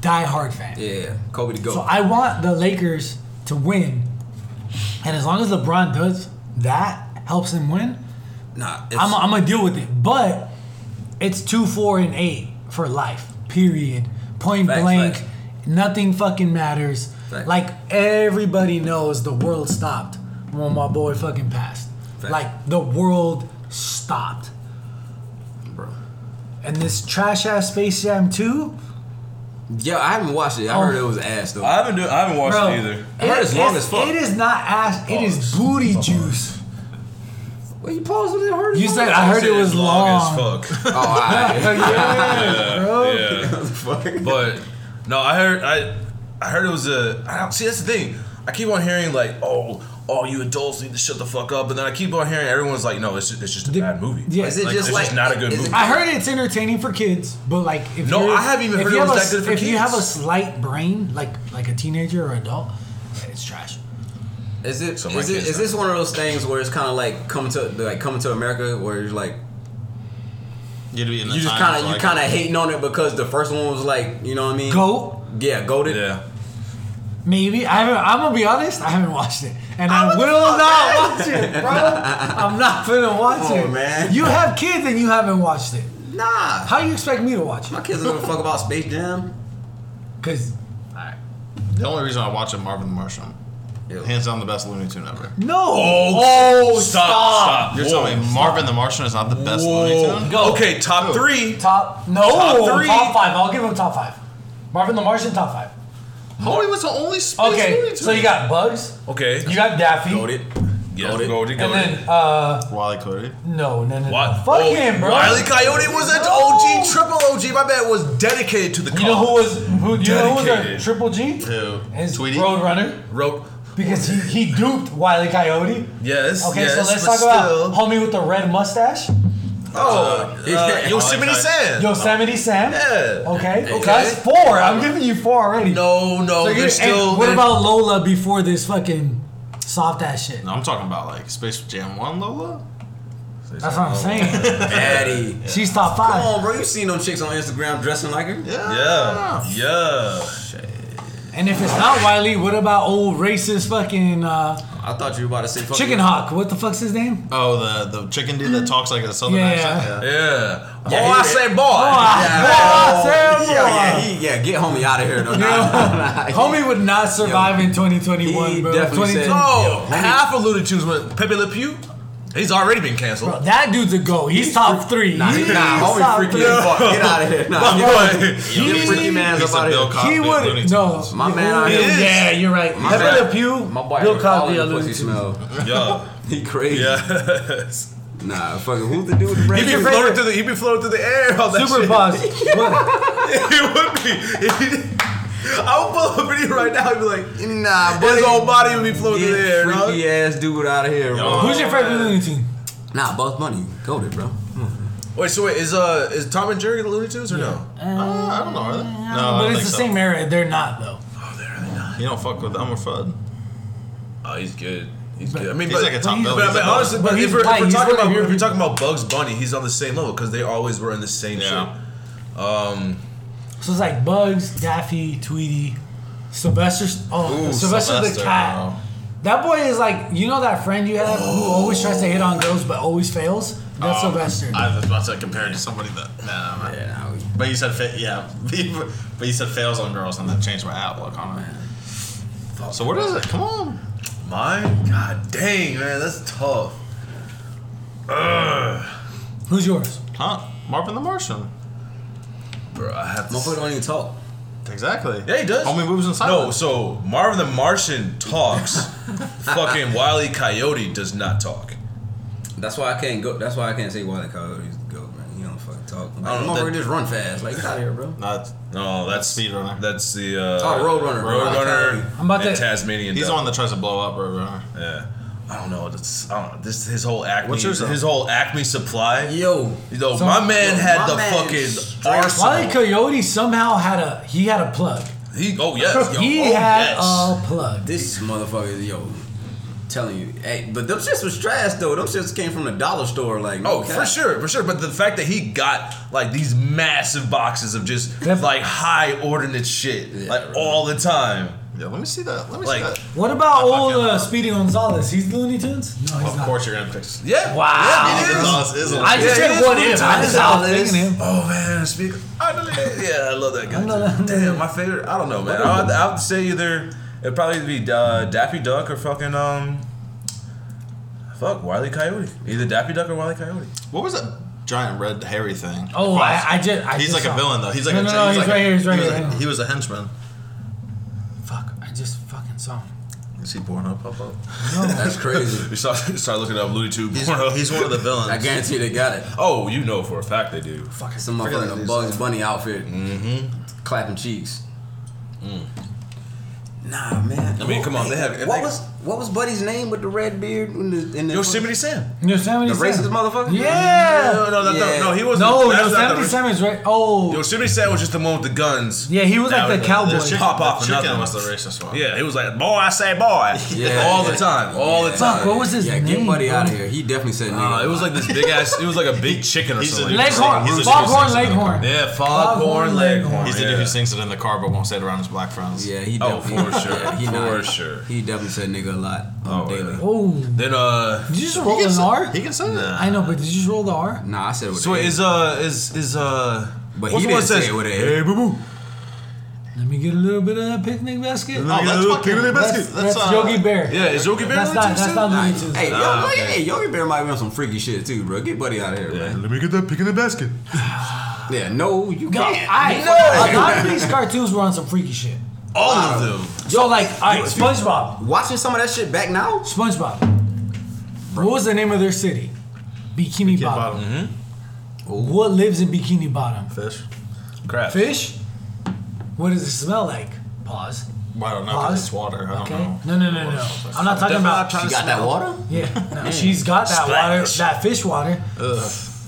C: diehard fan.
A: yeah, Kobe to go.
C: So I want the Lakers to win, and as long as LeBron does that, helps him win.
A: nah, it's,
C: I'm, I'm gonna deal with it. But it's two, four, and eight for life. Period. Point
A: Facts,
C: blank.
A: facts.
C: Nothing fucking matters.
A: Facts.
C: Like everybody knows, the world stopped when my boy fucking passed.
A: Facts.
C: Like the world stopped.
A: bro.
C: And this trash ass Space Jam 2,
A: Yeah, I haven't watched it. I
C: Oh.
A: heard it was ass though.
D: I haven't do, I haven't watched
C: bro,
D: it either.
A: I heard it's long as fuck.
C: It is not ass. It
A: Oh,
C: is booty juice.
A: well, you paused it. I heard it
C: You
A: was-
C: said I heard it was long.
D: as fuck.
A: Oh, all right.
C: yeah, bro.
D: yeah. But no, I heard I I heard it was a I don't see that's the thing. I keep on hearing like, oh, oh, you adults need to shut the fuck up, and then I keep on hearing everyone's like, no, it's just, it's just a
C: The-
D: bad movie.
C: yeah.
A: Is it
D: Like,
A: just
D: it's
A: like
D: just not a good
A: is it-
D: movie.
C: I heard it's entertaining for kids, but like if
D: No,
C: you're-
D: I haven't even
C: if
D: heard
C: you
D: it
C: have
D: was that
C: a-
D: good for
C: If you have a
D: kids.
C: slight brain, like like a teenager or adult, it's trash.
A: Is it
D: So my
A: is it
D: kids
A: is this one of those things where it's kind of like coming to like coming to America where you're like
B: you'd be in the
A: you just kind of you kind of hating on it because the first one was like you know what I mean
C: Goat,
A: yeah goaded
D: Yeah.
C: maybe. I haven't. I'm gonna be honest. I haven't watched it, and
D: Ah,
C: I, will not watch it, bro. I'm not gonna watch
A: Come
C: it,
A: on, man.
C: You have kids and you haven't watched it.
A: nah
C: How you expect me to watch
A: my
C: it?
A: kids don't give a fuck about Space Jam
C: Cause
B: The only reason I watch it, Marvin Martian. Hands down the best Looney Tune ever.
C: no.
D: Oh, stop!
B: You're telling me Marvin the Martian is not the best Looney Tune?
C: Go.
D: Okay, top three.
C: Top no.
D: Top three.
C: Top five. I'll give him top five. Marvin the Martian, top five.
B: Holy was the only space Looney
C: Okay,
B: Tune.
C: so you got Bugs.
D: Okay.
C: You got Daffy.
A: goaded
D: yeah,
A: Goated.
D: Goated,
C: And
D: Goated.
C: then, uh,
B: Wally Cody.
C: no, no, no,
D: What?
C: no. Fuck
D: Oh,
C: him, bro.
D: Wile E. Coyote was an
C: No.
D: OG, triple OG. My bad was dedicated to the cause.
C: You know who was who? You know who was a
D: Dedicated.
C: triple G?
B: Who?
C: His
B: Tweety?
C: Roadrunner,
D: wrote?
C: because he, he duped Wile E. Coyote.
D: Yes.
C: Okay,
D: yes,
C: so
D: but
C: let's talk about
D: still.
C: homie with the red mustache,
D: Oh, uh, Yosemite Sam.
C: Yosemite Sam.
D: Oh. Yeah.
C: Okay,
D: Okay.
C: that's four. I'm giving you four already.
D: No, no, they're
C: So you-
D: still.
C: and what
D: they're-
C: about Lola before this fucking soft ass shit?
B: No, I'm talking about like Space Jam 1 Lola?
C: That's what I'm saying.
A: Daddy
C: She's top five.
A: come on bro you seen them chicks on Instagram dressing like her
D: Yeah, yeah.
C: And if it's not Wiley, what about old racist fucking uh,
A: I thought you were about to say fuck
C: Chicken
A: you.
C: Hawk? What the fuck's his name?
B: Oh, the, the chicken dude that talks like a southern
C: Yeah.
B: accent? Yeah.
D: Yeah.
A: oh I say boy
C: Ah,
A: yeah, yeah, he, yeah get homie out of here though Nah, nah,
C: Homie would not survive in 2021,
A: He
C: bro.
A: definitely said-
C: 2020
D: Oh,
A: Yeah,
D: half of Looney Tunes went Pepe Le Pew. He's already been canceled.
C: Bro, Oh, that dude's a go. He's, top three.
A: Nah,
C: He's
A: nah, homie
C: top
A: freaky
C: three.
A: as fuck. Get out of here. Nah,
D: But-
A: you freaky man's
B: Piece
A: up
B: of
A: out
B: Bill
A: of here.
B: Cosby
C: He
B: Looney
C: would
B: Tunes.
C: no.
A: My man out
C: Yeah,
A: here.
C: Yeah, you're right.
A: My
C: Pepe
A: bad.
C: Le Pew,
A: My boy
C: Bill
A: Bill
C: Cosby, a
A: Cosby,
C: Looney
A: pussy
C: Tunes.
A: smell.
D: Yeah.
A: He crazy.
D: Yes.
A: Nah, fucking who's the dude with the
D: He'd
A: braids?
D: be
C: favorite?
D: floating through the he'd be floating through the air on that
C: Super
D: shit.
C: boss. What?
D: he would be. He- I would pull up video right now and be like,
A: Nah,
D: his
A: buddy.
D: whole body would be floating
A: Get
D: through the air. dog.
A: freaky ass dude out of here, bro.
C: Who's your favorite Looney Tune?
A: Nah, both money. Go there, bro.
D: Wait, so wait, is uh is Tom and Jerry the Looney Tunes or no?
B: Uh, I don't know, are they? No, I
C: but
B: don't
C: it's the
B: think so.
C: same era. They're not though.
B: You don't fuck with Elmer Fudd.
D: Oh, he's good. He's good. I mean,
B: He's
D: but,
B: like a
D: but,
B: top
C: he's-
B: bill.
D: I mean, honestly, but
C: But
D: if
C: he's
D: we're,
C: white,
D: if we're
C: he's
D: talking
C: white,
D: about
C: you're-
D: if we're talking about Bugs Bunny, he's on the same level because they always were in the same
B: Yeah.
D: shit.
C: So it's like Bugs, Daffy, Tweety, Sylvester. Oh,
B: Ooh,
C: Sylvester, the
B: Sylvester,
C: cat.
B: bro.
C: That boy is like you know that friend you have who always tries to hit on girls but always fails. That's Sylvester.
B: Um, I was about to compare it to somebody that. Nah, nah, nah.
A: Yeah, nah,
B: But you said, fa- yeah. but you said fails on girls, and that changed my outlook on it. So what is it? Come on.
D: Mine? God dang, man, that's tough.
C: Who's yours?
B: Huh? Marvin the Martian.
D: Bro, I have to.
A: Motherfucker don't even talk.
B: Exactly.
D: Yeah, he does.
B: Homie moves in
D: No,
B: silence.
D: so Marvin the Martian talks. fucking Wiley Coyote does not talk.
A: That's why I can't go. That's why I can't say why the Coyotes go, man. He don't fucking talk. I don't
B: know,
A: know.
B: that-
A: just run fast. Like, get out of here, bro.
B: Not-
D: No, that's
B: Speedrunner.
D: That's the uh,
A: Oh, Roadrunner.
D: Roadrunner.
A: Roadrunner.
C: I'm about
D: and
C: to-
D: Tasmanian.
B: he's the
D: Devil.
B: one that tries to blow up Roadrunner.
D: Yeah. I don't know. That's I don't know. This his whole acme.
B: What's yours, though?
D: his whole acme supply.
A: Yo,
D: You know,
C: So-
D: my man
A: Yo,
D: had
A: my
D: the
A: man is
D: fucking
A: straight.
D: arsenal.
C: Wiley Coyote somehow had a he had a plug.
D: He, oh yes, yo,
C: He
D: oh,
C: had uh,
D: yes.
C: a plug.
A: this motherfucker, yo. Telling you, hey, but them shits was trash though. Them shits came from the dollar store, like no
D: Oh, for
A: cap.
D: sure, for sure. But the fact that he got like these massive boxes of just
C: Def-
D: like high ordinate shit, like all the time.
B: Yeah, let me see that. Let me
D: Like-
B: see that.
C: What about
B: I
C: old
B: fucking
C: uh,
B: love-
C: Speedy Gonzalez? He's the Looney Tunes? No, he's
B: Of
C: not.
B: course, you're gonna pick. Speedy
D: Yeah.
C: Wow.
D: Yeah, it is.
B: Gonzalez is a-
C: I just
D: Yeah,
C: said
D: it is
C: what
D: Looney
C: if. I
D: Tunes.
C: just I was thinking him.
D: Oh man, speak. I- Yeah, I love that guy.
C: know.
D: Damn, my favorite. I don't know, man. I would, I would say either it'd probably be uh, Daffy Duck or fucking um, fuck Wiley Coyote. Either Daffy Duck or Wiley Coyote.
B: What was that giant red hairy thing?
C: Oh, I, I just. I
B: he's
C: just
B: like
C: saw-
B: a villain though. He's like
C: No,
B: a,
C: no, no, he's
B: like
C: right
B: a-
C: here, he's right
B: he was
C: here,
B: a-
C: hang on.
B: he was a henchman.
C: Fuck! I just fucking saw him.
D: Is he born up? Up up.
A: That's crazy.
D: You start, you start looking up Looney Tunes.
B: He's,
D: Born Up.
B: he's one of the villains.
A: I guarantee they got it.
D: Oh, you know for a fact they do.
A: Fucking some
B: Forget
A: motherfucker
B: that
A: in a
B: dude's
A: Bugs
B: name.
A: Bunny outfit, mm-hmm. clapping cheeks. Nah, man.
D: Mm. I mean, come on, they have-
A: What
D: they-
A: was what was Buddy's name with the red beard in the in the
D: Yosemite Sam.
C: Yosemite
A: The
C: Sam.
A: racist motherfucker.
D: No,
C: Yeah.
D: no, no,
A: Yeah.
D: no, no. He wasn't.
C: No,
D: that's not the
C: Yosemite
D: rich-
C: Sam is right. Oh,
D: Yosemite Sam was just the one with the guns.
C: yeah, he was
D: Now
C: like
D: the-
C: the
D: the
C: cowboy.
D: chick- Pop off
B: the
D: for
B: chicken
D: nothing.
B: was the racist one.
D: Yeah, he was like, boy, I say boy.
A: Yeah,
D: all
A: yeah.
D: the time. All the time.
C: Fuck! What was his
A: yeah,
C: name?
A: get Buddy
C: bro?
A: out of here. He definitely said
D: Uh,
A: nigga.
D: it was like this big ass. It was like a big chicken or
B: he's a
D: something.
B: dude.
C: Leghorn,
B: He's a
C: Foghorn,
B: racist.
C: Leghorn.
D: Yeah, foghorn
C: Foghorn
D: leghorn.
C: Leghorn.
B: He's the
D: yeah.
B: dude who sings it in the car but won't say it around his black friends.
A: yeah, he
D: Oh,
A: definitely.
D: for sure.
A: yeah, he
D: For
A: not-
D: sure.
A: He definitely said nigga a lot on
D: Oh,
A: the daily.
D: yeah.
C: Oh,
D: Then uh,
C: did you just
B: He
C: roll
B: can
C: an
B: say-
C: R?
B: He can say that.
C: I know, but did you just roll the R?
A: Nah, I said it with
D: so
A: the
D: wait, is uh is is uh.
A: But
D: what's
A: he
D: the one
A: didn't
D: that
A: say it with a-
D: Hey, boo boo.
C: Let me get a little bit of that picnic basket.
B: Oh, that's
D: Yeah,
B: fucking.
D: Kimberly
B: That's,
C: that's,
B: that's,
C: that's
B: uh,
C: Yogi Bear.
D: Yeah, is Yogi Bear?
C: that's
D: on
C: not.
D: the
C: That's
D: team
C: not
A: Nah,
C: Looney Tunes.
A: Hey, yo,
D: Ah,
A: Buddy-
D: okay.
A: hey, Yogi Bear might be on some freaky shit too, bro. Get Buddy out of here,
D: still?
A: man.
D: Let me get that pick in the basket.
A: Yeah, no, you
C: Yo,
A: can't.
C: I,
A: No.
C: a lot of these cartoons were on some freaky shit.
D: All of them.
C: Yo, like, all right, SpongeBob.
A: Watching some of that shit back now.
C: SpongeBob. What was the name of their city? Bikini,
B: Kid
C: Bottom.
B: Bottom.
C: What lives in Bikini Bottom?
B: Fish.
D: Crap.
C: Fish? What does it smell like? Pause.
B: Well, I don't know 'cause
C: Pause.
B: it's water. I don't
C: Okay.
B: know.
C: No, no, no, no. I'm not talking about.
A: She got that water?
C: Yeah, no, she's got that water,
D: Splash.
C: that fish water.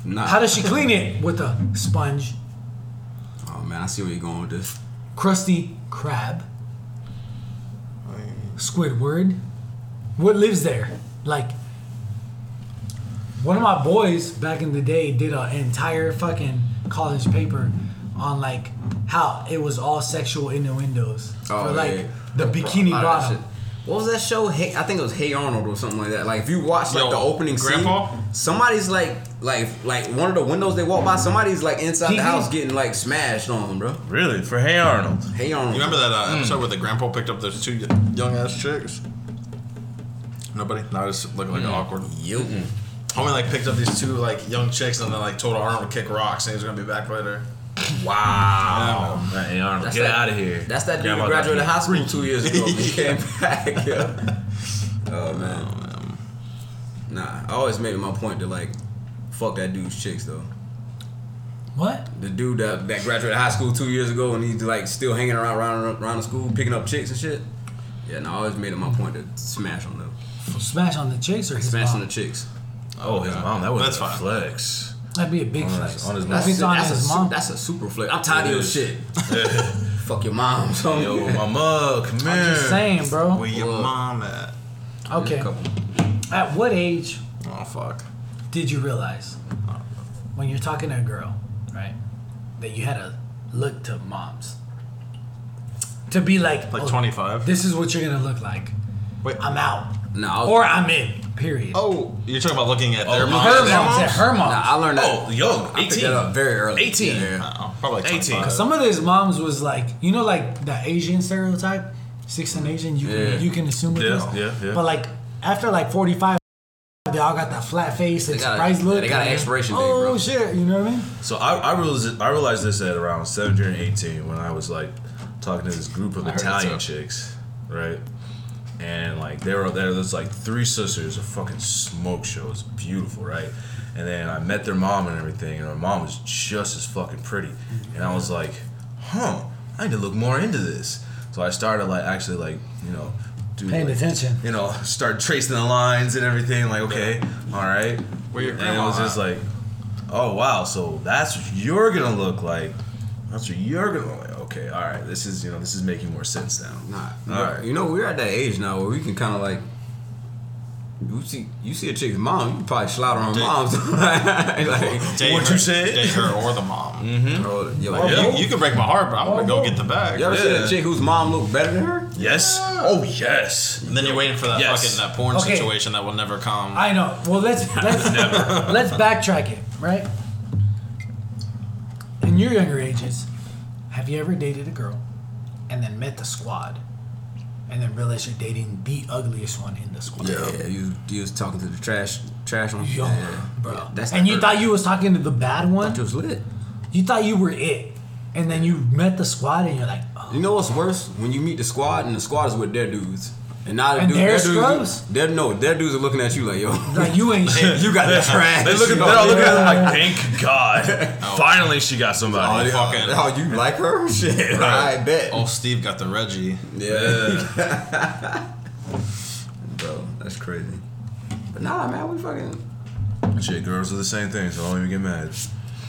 A: Nah.
C: How does she clean it? With a sponge,
A: Oh man, I see where you're going with this.
C: crusty crab, Squidward. What lives there? Like, one of my boys back in the day did an entire fucking college paper on like how it was all sexual innuendos
A: Oh,
C: for like
A: yeah.
C: the bikini
A: Alright, that
C: bottom.
A: shit. What was that show? Hey, I think it was Hey Arnold or something like that. Like if you watch like
B: Yo,
A: the opening
B: Grandpa?
A: scene, somebody's like like like one of the windows they walk by, somebody's like inside the
C: He-
A: house getting like smashed on, bro.
D: Really? For Hey Arnold.
A: Hey Arnold.
B: You remember that
C: Hmm.
B: uh, episode where the grandpa picked up those two young ass chicks? Nobody. No, I just looked
C: Hmm.
B: like an awkward.
A: Yup.
B: Homie like picked up these two like young chicks and then like told Arnold to kick rocks and he was gonna be back later.
D: Wow. Hey Arnold,
A: That's
D: get
A: that-
D: out of here.
A: That's that dude
D: Grandma
A: who
D: got
A: graduated
D: me.
A: high school two years ago. but He came back. Yeah. Oh man. Nah, I always made it my point to like fuck that dude's chicks though.
C: What?
A: The dude that, that graduated high school two years ago and he's like still hanging around around, around the school picking up chicks and shit. Yeah, no, I always made it my point to smash on them.
C: Smash on the chicks or his
A: Smash on
C: mom?
A: the chicks.
D: Oh, his mom. That was
B: That's
D: a
B: fine.
D: flex.
C: That'd be a big
D: his-
C: flex.
D: on his
C: That's,
D: mom.
C: on
A: that's,
C: his
A: a,
C: mom.
A: su- that's a super flex. I'm tired of
D: It
A: your
D: is.
A: shit. Fuck your mom. So
D: Yo, mama, come here.
C: Just saying, bro.
B: Where your
A: Look.
B: mom at?
C: Okay. At what age
B: Oh fuck.
C: did you realize when you're talking to a girl, right, that you had to look to moms to be like,
B: Like
C: oh,
B: 25.
C: This is what you're gonna look like.
B: Wait.
C: I'm out,
A: Nah, I,
C: or I'm in. Period.
B: Oh, you're talking about looking at their
D: her
B: mom.
C: Oh, her
D: their
C: mom said
D: moms?
C: her mom.
A: nah, I learned that.
D: Oh, young,
A: I picked
D: 18.
A: that up very early.
D: 18.
A: Yeah, yeah.
B: Oh, probably like
D: 18.
B: 18.
C: Some of these moms was like, you know, like the Asian stereotype, six and Asian. You
A: Yeah.
C: can, you can assume it
D: Yeah,
C: is.
D: yeah, yeah.
C: But like after like 45, they all got that flat face and
A: They got a-
C: surprised look.
A: they got an
C: and,
A: expiration date,
C: Oh
A: bro."
C: shit, you know what I mean?
D: So I, I realized I realized this at around 17 or 18 when I was like talking to this group of
B: I heard that
D: Italian
B: too.
D: chicks, right? And like there were there was like three sisters, a fucking smoke show. It was beautiful, right? And then I met their mom and everything, and her mom was just as fucking pretty. And I was like, huh, I need to look more into this. So I started like actually like, you know, do
C: Paying
D: like,
C: attention.
D: You know, start tracing the lines and everything, like, okay, all right.
B: Where your
D: and it
B: grandma
D: was just
B: at?
D: like oh wow, so that's what you're gonna look like. That's what you're gonna look like. Okay, all right. This is you know this is making more sense now.
A: Nah,
D: All right.
A: you know we're at that age now where we can kind of like. You see, you see a chick's mom, you can probably slaughter on
B: Dick.
A: moms. like,
B: Date
D: What
B: her-
D: you said? Mm-hmm.
B: Date her or the mom.
A: bro, yo,
B: Like,
A: you-
B: You, you can break my heart, but I'm gonna go get the bag.
A: you ever
B: Yeah.
A: see a chick whose mom looked better than her?
D: Yes. Oh yes.
B: And then you're waiting for that
D: Yes.
B: fucking that porn
C: Okay.
B: situation that will never come.
C: I know. Well, let's let's let's backtrack it, right? In your younger ages, have you ever dated a girl and then met the squad and then realized you're dating the ugliest one in the squad?
A: Yeah, you, you was talking to the trash, trash one.
C: Yo,
A: yeah.
C: bro.
A: Yeah, that's
C: and
A: not
C: you
A: her.
C: thought you was talking to the bad
A: Thought you
C: one.
A: was lit.
C: You thought you were it, and then you met the squad and you're like, oh,
A: You know what's worse? When you meet the squad and the squad is with their dudes. And now the
C: And
A: dudes,
C: they're
A: their dudes,
C: scrubs?
A: they're, no, their dudes are looking at you like, yo,
C: like you ain't shit.
A: you got the trash.
D: They look at
A: you
D: they're
A: know?
D: all looking at
C: yeah.
D: them like, thank God, finally she got
A: Oh,
D: somebody.
A: yeah.
B: fucking-
A: Oh, you like her? Shit,
D: Right.
A: I bet.
B: Oh, Steve got the Reggie.
A: Yeah, bro, that's crazy. But nah, man, we fucking,
D: Yeah. Shit, girls are the same thing, so don't even get mad,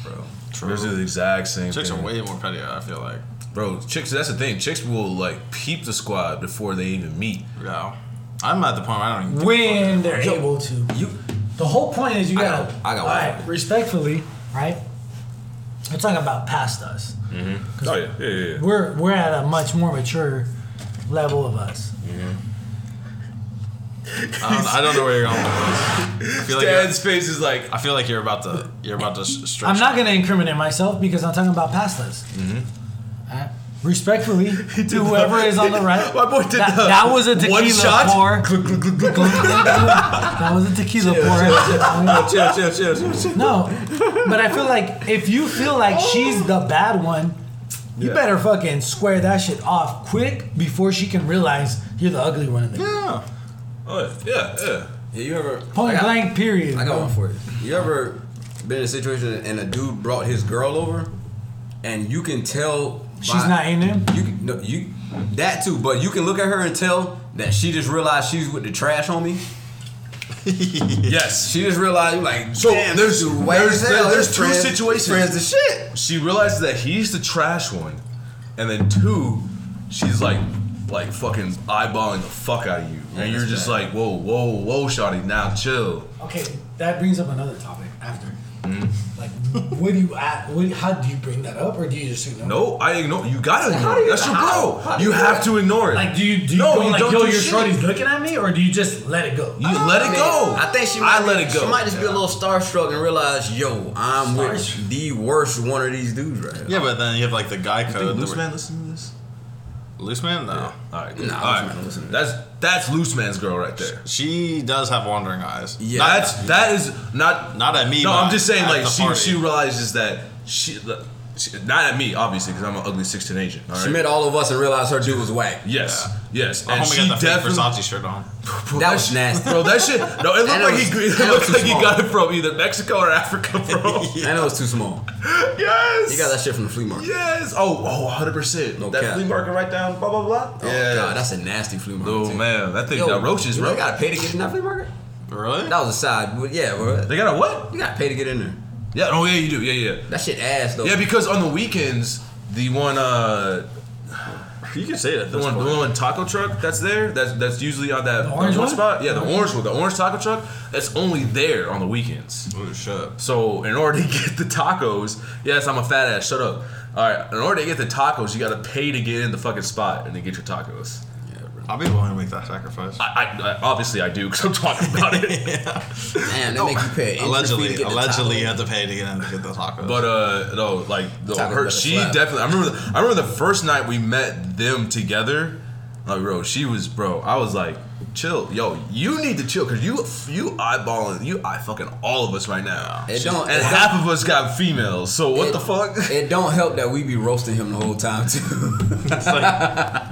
A: bro.
D: bro. Girls do the exact same
B: Chicks
D: thing,
B: are way more petty. I feel like.
D: bro. Chicks, that's the thing. Chicks will like peep the squad before they even meet.
B: Yeah. I'm at the point where I don't even.
C: when they're able to.
A: You,
C: The whole point is you
A: I
C: gotta.
A: got- I got
C: all
A: one.
C: right, respectfully, right? We're talking about past us.
D: Oh yeah, yeah, yeah. yeah.
C: We're we're at a much more mature level of us.
B: I don't, I don't know where you're going with this. I feel like you're,
D: Dan's face is like,
B: I feel like you're about to you're about to s- stretch.
C: I'm not gonna incriminate myself because I'm talking about past us. Uh, respectfully, to whoever is on the right.
D: My boy did
C: that,
D: the
C: that was a tequila
D: one shot.
C: pour. that was a tequila pour.
A: chill, chill, chill, chill, chill.
C: No, but I feel like if you feel like she's the bad one, you
D: Yeah.
C: better fucking square that shit off quick before she can realize you're the ugly one in the group.
B: Yeah.
D: oh yeah, yeah.
A: Yeah, you ever
C: Point
A: I got-
C: blank, period.
A: I got
C: bro.
A: one for you. You ever been in a situation and a dude brought his girl over, and you can tell
C: She's
A: by-
C: not in there.
A: You can no, you that too, but you can look at her and tell that she just realized she's with the trash homie.
D: Yes.
A: She just realized you like
D: So,
A: damn, this
D: there's-
A: dude whack
D: there's-
A: as hell.
D: there's
A: This
D: two
A: friends-
D: situations.
A: Friends the shit.
D: she realizes that he's the trash one, and then two, she's like, like fucking eyeballing the fuck out of you, and you're just like, whoa, whoa, whoa, Shotty, now chill.
C: Okay, that brings up another topic after. Like, what do you add? What, how do you bring that up, or do you just ignore?
D: No, I ignore. You gotta
A: How
D: ignore.
A: do
D: it.
A: you-
D: That's your
A: how?
D: bro.
A: How do
D: you
A: you
D: have to ignore it.
C: Like, do you do you,
D: No,
C: go,
D: you
C: like,
D: don't
C: yo,
D: do
C: your
D: shit.
C: shorty's looking at me, or do you just let it go?
D: you let it go.
A: I think she.
D: I
A: Might
D: let
A: be-
D: it go.
A: She might just be a little starstruck and realize, yo, I'm
C: Starstruck.
A: with the worst one of these dudes right now.
B: Yeah, but then you have like the guy
D: Hey,
B: code.
D: loose
B: that
D: man,
B: we're-
D: listen to this.
B: Loose man? No.
D: All right, good.
A: Nah,
D: All
A: Loose Man, listen to
D: right. That's that's loose man's girl right there.
B: She does have wandering eyes.
A: Yeah.
B: Not-
D: That's that is not
B: Not at me,
D: No,
B: but
D: I'm just saying
B: at
D: like
B: the
D: she
B: party.
D: she realizes that she, she not at me obviously because I'm an ugly 16 Asian. all
A: She
D: right?
A: met all of us and realized her dude was whack.
D: Yes, yes,
B: My
D: and
B: homie
D: she
B: got the fake
D: definitely.
B: Versace shirt on.
D: Bro,
A: That was nasty.
D: Bro, that shit. No, it looked
A: And it
D: like he
A: was-
D: it
A: and it
D: looked
A: was
D: like he
A: small.
D: got it from either Mexico or Africa, bro.
A: And it was too small.
D: yes.
A: You got that shit from the flea market.
D: Yes. Oh, oh, 100 percent.
A: No
D: That
A: cap.
D: flea market right down. Blah blah blah.
A: Oh god, that's a nasty flea market.
D: Oh
A: too.
D: man, that thing
A: Yo,
D: got roaches,
A: you
D: bro.
A: They gotta pay to get in that flea market.
B: Really?
A: That was a side, but yeah, bro.
D: they got a what?
A: You gotta pay to get in there.
D: Yeah. Oh yeah, you do. Yeah, yeah.
A: That shit ass though.
D: Yeah, because on the weekends, the one uh
B: You can say that.
D: The one, the one taco truck that's there, that's that's usually on that that
C: orange
D: one
C: one?
D: spot. Yeah, the orange one, the orange taco truck. That's only there on the weekends.
B: Oh shit.
D: So in order to get the tacos, yes, I'm a fat ass. Shut up. All right, in order to get the tacos, you gotta pay to get in the fucking spot and then get your tacos.
A: Yeah, bro.
B: I'll be willing to make that sacrifice.
D: I, I, I obviously I do because I'm talking about it.
A: Damn, they make you pay. entry fee to
B: allegedly,
A: get the
B: allegedly, you
A: taco.
B: had to pay to get in to get the tacos.
D: But uh, no, like the,
A: Tacos
D: her,
A: better
D: she
A: slap.
D: definitely. I remember. The, I remember the first night we met them together. Like, bro, she was, bro. I was like, chill, yo. You need to chill because you you eyeballing you eye fucking all of us right now.
A: It don't-
D: and
A: it
D: half of us got females. So what
A: It-
D: the fuck?
A: It don't help that we be roasting him the whole time too.
D: But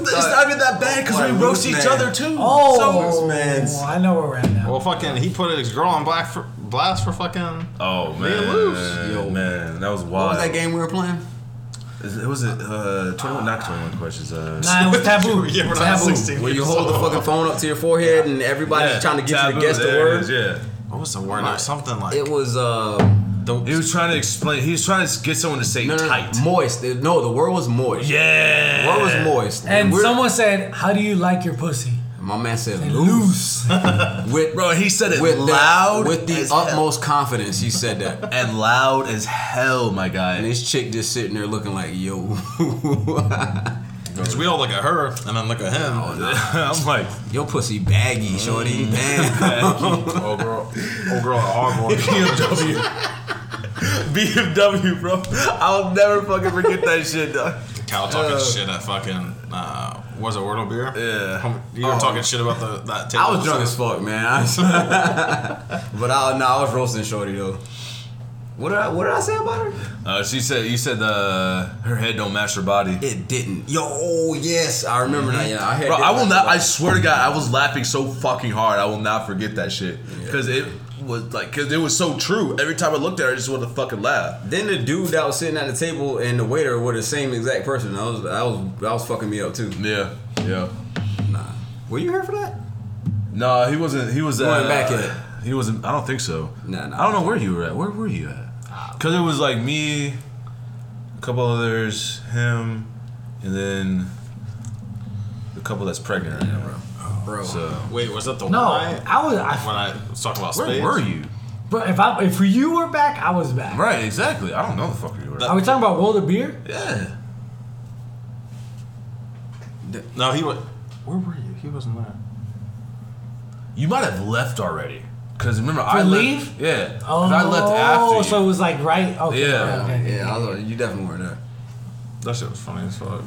D: it's not even that bad because
A: Like,
D: we roast
A: Wolfman.
D: each other too.
C: Oh,
A: So- man's-
C: I know where we're at now.
B: Well, fucking, he put his girl on black for, blast for fucking.
D: Oh
B: man.
D: man,
A: Yo.
D: man, that was
A: What was
D: wild.
A: that game we were playing?
D: Is- It was a uh, twenty-one, not twenty-one questions. Uh,
C: Nah, it was taboo.
B: Yeah, we're not
C: taboo.
B: 16.
A: Where you hold the fucking phone up to your forehead and everybody's
D: yeah,
A: trying to get you
D: taboo,
A: to guess the
D: there it
A: word.
D: is,
A: It,
D: Yeah.
B: What was the word?
A: Right.
B: Something like.
A: was uh
D: He was trying to explain. He was trying to get someone to say
A: no, no, no,
D: tight.
A: moist. It- No, the word was moist.
D: Yeah.
A: The word was moist.
C: And
A: we're-
C: someone said, "How do you like your pussy?"
A: my man said loose.
C: Loose.
A: With
D: Bro, he said it
A: with
D: loud
A: the, with the
D: as hell.
A: utmost confidence. He said that.
D: And loud as hell, my
A: And
D: guy.
A: this chick just sitting there looking like, yo,
B: Because we all look at her and then look at him.
D: Oh, I'm like,
A: your pussy baggy, shorty. Damn.
B: Oh girl, oh girl, at Hogwarts.
D: BMW. BMW, bro. I'll never fucking forget that shit, dog.
B: Cal talking
A: Oh.
B: shit at fucking uh, was it Wordle beer?
D: Yeah. Oh.
B: Hom- you were talking shit about the that. Table
A: I was drunk as fuck, man. I was- but I, nah, I was roasting shorty though. What did I what did I say about her?
D: Uh, she said, you said uh, her head don't match her body.
A: It didn't. Yo, oh, yes, I remember now. Yeah, Mm-hmm. I had.
D: Bro,
A: that
D: I will
A: like-
D: not. I swear to God, I was laughing so fucking hard. I will not forget that shit because it was like because it was so true. Every time I looked at her, I just wanted to fucking laugh.
A: Then the dude that was sitting at the table and the waiter were the same exact person. I was, I was, I was fucking me up too.
D: Yeah, yeah.
A: Nah, were you here for that?
D: No, he wasn't. He was.
A: You weren't
D: uh,
A: back in it.
D: He wasn't. I don't think so.
A: Nah, nah.
D: I don't know where you were at. Where were you at? Because it was like me, a couple others, him, and then the couple that's pregnant right now, bro.
A: Bro,
D: So
B: Wait, was that the
C: No,
B: one I,
C: I was. I,
B: when I was talking about
D: where
B: space?
D: were you?
C: but if I if you were back, I was back.
D: Right, exactly. I don't know the fuck you were.
C: Are we talking about Wilder beer?
D: yeah.
B: No, he was. Where were you? He wasn't there.
D: You might have left already. Because remember, I Left,
C: leave?
D: yeah. 'Cause I left
C: Oh,
D: after.
C: so
D: you.
C: it was like right. Okay.
D: Yeah.
C: okay,
A: yeah,
C: okay.
A: I was, you definitely weren't there.
B: That shit was funny as fuck.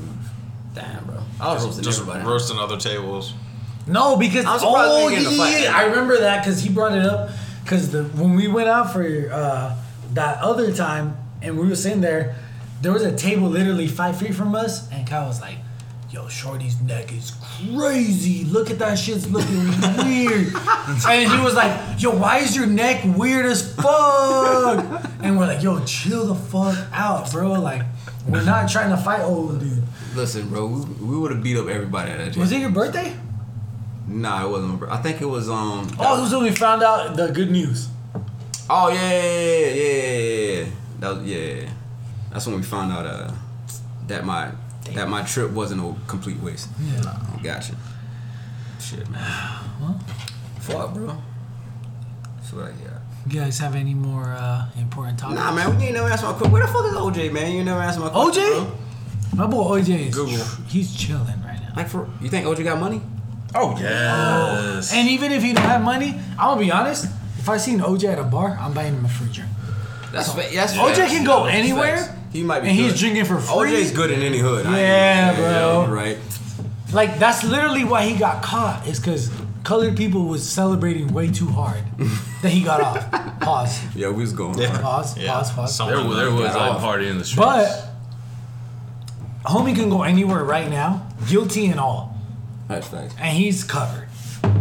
A: Damn, bro, I was roasting
B: Just
A: everybody.
B: roasting other tables.
C: No, because
A: I'm surprised
C: oh
A: we didn't get in a fight.
C: yeah, I remember that because he brought it up because the when we went out for uh, that other time and we were sitting there, there was a table literally five feet from us, and Kyle was like. Yo, Shorty's neck is crazy. Look at that shit's looking weird. and he was like, Yo, why is your neck weird as fuck? And we're like, Yo, chill the fuck out, bro. Like, we're not trying to fight old dude.
A: Listen, bro, we, we would have beat up everybody at that.
C: Was
A: table.
C: it your birthday?
A: Nah, it wasn't. Bro. I think it was um.
C: Oh, it was when we found out the good news.
A: Oh yeah, yeah, yeah, yeah, yeah. That was, yeah, yeah, yeah. That's when we found out uh, that my that my trip wasn't a complete waste.
C: Yeah.
A: Oh, gotcha. Shit, man. Fuck, bro. That's what I got.
C: You guys have any more uh, important topics?
A: Nah, man, we ain't never asked my question. Where the fuck is OJ, man? You never asked my question.
C: OJ?
A: bro.
C: My boy OJ is
A: Google.
C: he's chilling right now.
A: Like for you think OJ got money?
D: oh yes.
C: And even if he don't have money, I'm gonna be honest. If I seen OJ at a bar, I'm buying him a free drink.
A: That's fa- that's
C: OJ
A: facts.
C: can go
A: Oh. That's
C: anywhere,
A: facts. He might be.
C: and he's
A: good.
C: drinking for free?
A: OJ's good in any hood. I ain't-
C: Yeah, bro.
A: you're Right.
C: Like that's literally why he got caught. Is because colored people was celebrating way too hard that he got off. Pause.
A: Yeah, we was going. hard.
C: Pause.
B: Yeah.
C: Pause. Pause.
B: Someone-
D: there, wa- there was
A: Got
D: like
A: off.
D: party in the streets.
C: But homie can go anywhere right now, guilty and all,
A: That's facts.
C: and he's covered.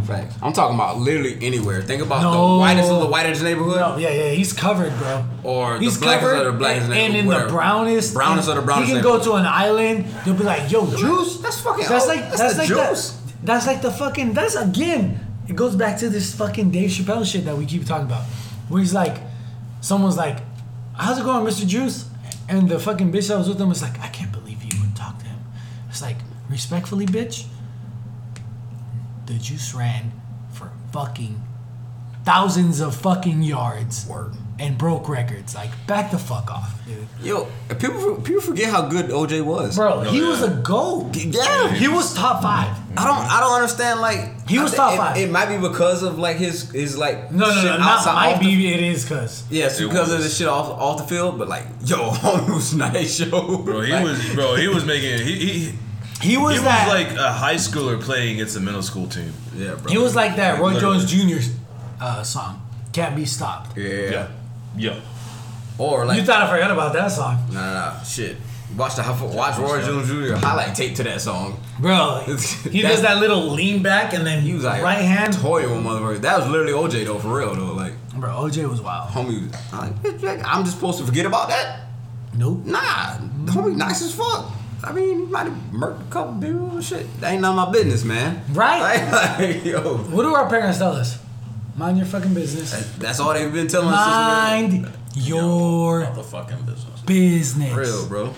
A: Facts. I'm talking about literally anywhere. Think about
C: No.
A: the whitest of the whitest neighborhood.
C: No, yeah, yeah, he's covered, bro.
A: Or the
C: he's
A: blackest of the blackest
C: and,
A: neighborhood,
C: and in the
A: whatever.
C: brownest,
A: Brownest
C: and
A: of the brownest
C: He can go to
A: neighborhood.
C: an island. They'll be like, "Yo, juice."
A: That's fucking.
C: That's
A: oh,
C: like that's,
A: the
C: like
A: juice.
C: That, that's like the fucking. That's again. It goes back to this fucking Dave Chappelle shit that we keep talking about, where he's like, someone's like, "How's it going, Mr. Juice?" And the fucking bitch that was with him was like, "I can't believe you would talk to him." It's like, respectfully, bitch, the juice ran for fucking thousands of fucking yards
A: Word.
C: and broke records. Like, back the fuck off, dude.
A: Yo, people people forget how good OJ was.
C: Bro, he
D: yeah.
C: was a goat.
A: Yeah.
C: He was top five.
A: I don't I don't understand like
C: He
A: I
C: was
A: thi-
C: top
A: it,
C: five.
A: It might be because of like his his like
C: No, no,
A: shit
C: no, not
A: outside
C: my
A: off the,
C: BB. It is cuz.
A: Yeah, it's
D: It
A: because of
D: was.
A: the shit off off the field, but like yo, homie was nice, yo.
D: bro, he
A: Like,
D: was bro, he was making he, he
C: He
D: He
C: was,
D: was
C: that.
D: like a high schooler playing against a middle school team.
A: Yeah, bro.
C: he was like that Roy
D: Literally.
C: Jones Jr. Uh, song. Can't be stopped.
A: yeah.
D: Yeah.
A: Or like
C: You thought I forgot about that song,
A: nah, nah, nah, shit. Watch the watch Roy Jones Jr. highlight tape to that song.
C: bro? He does that little lean back and then
A: He was like
C: right hand.
A: toy with motherfucker. That was literally OJ though, for real though. Like
C: Bro, OJ was wild.
A: homie, was- I'm like, "Bitch, like, I'm just supposed to forget about that?
C: Nope.
A: Nah, the homie nice as fuck. I mean, he might have murked a couple people and shit. That ain't none of my business, man.
C: Right.
A: Like, like, yo,
C: What do our parents tell us? Mind your fucking business.
A: that- that's all they've been telling us.
C: Mind your
E: the fucking business.
C: business.
A: Since real, bro.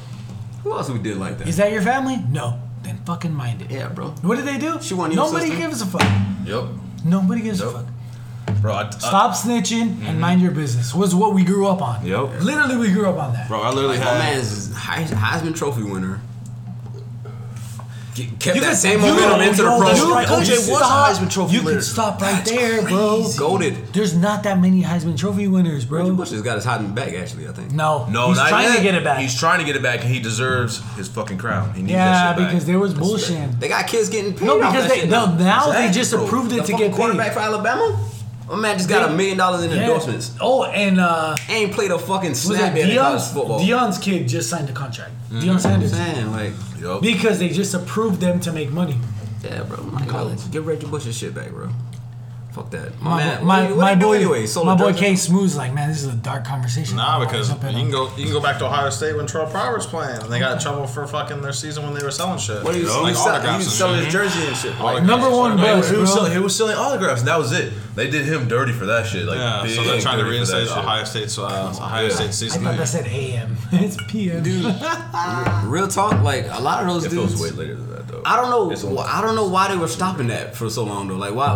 A: Who else we did like that?
C: Is that your family? No. Then fucking mind it.
A: yeah, bro.
C: What did they do?
A: She wasn't your
C: Nobody
A: sister.
C: gives a fuck.
D: Yep.
C: Nobody gives a
D: Nope.
C: fuck.
D: Bro, I, I-
C: Stop snitching and mind your business was what we grew up on.
D: Uh-huh. Mm-hmm. Yep.
C: Literally, we grew up on that.
D: bro, I literally
A: Like, my
D: had.
A: man's Heis- Heisman Trophy winner. Get- Kept
C: You
A: that
C: could-
A: same
C: you-
A: momentum into the
C: you-
A: pros.
C: you could
B: OJ was a
C: stop-
B: Heisman Trophy
C: You
B: winner.
C: could stop right
A: That's
C: there, bro.
A: crazy. Goated.
C: There's not that many Heisman Trophy winners,
A: Reggie
C: bro.
A: Bush has got his Heisman back, actually, I think.
C: No,
D: No,
C: he's
D: not
C: trying
D: yet.
C: to get it back.
D: He's trying to get it back, and he deserves his fucking crown. He needs
C: yeah,
D: that shit back.
C: because there was bullshit.
A: They got kids getting paid.
C: No,
A: off
C: because
A: that
C: they-
A: shit
C: no, now they just
A: bro.
C: approved it
A: The
C: to
A: fucking
C: get paid.
A: quarterback for Alabama. My man just got a
C: They-
A: million dollars in
C: Yeah.
A: endorsements.
C: Oh, and uh,
A: Ain't played a fucking
C: was it
A: snap in college
C: Dion's?
A: football.
C: Dion's kid just signed a contract.
D: Mm-hmm.
C: Dion Sanders,
A: Man, like,
D: Yup.
C: because they just approved them to make money.
A: yeah, bro. My God, get Reggie Bush's shit back, bro. Fuck that. My,
C: My
A: man,
C: my,
A: what do you- what do
C: my
A: you do
C: boy,
A: anyway, Solar
C: my boy
A: Jersey?
C: K Smooth's like, man, this is a dark conversation.
B: Nah, because you
C: Jump in
B: can
C: on-
B: go you can go back to Ohio State when Terrell Pryor's playing, and they got in trouble for fucking their season when they were selling shit.
A: What do you
B: Like
A: sell? He
B: autographs
A: was
B: and
A: selling
B: shit.
A: his jersey and shit. Like,
B: Autographs
C: Number
B: and
C: one
B: shit.
D: He
C: bro.
D: was, he was
C: Bro.
D: selling, he was selling autographs, and that was it. They did him dirty for that shit. Like,
B: Yeah, so
D: big
B: they're trying to
D: dirty for that
B: reinstate
D: shit.
B: Ohio State's uh, Ohio
D: Yeah.
B: State
C: I
B: season.
C: thought that said AM. It's PM. Dude,
A: real talk, like a lot of those
D: It
A: dudes.
D: feels way later than that, though.
A: I don't know.
D: It's on-
A: wh- I don't know why they were stopping that for so long though. Like why?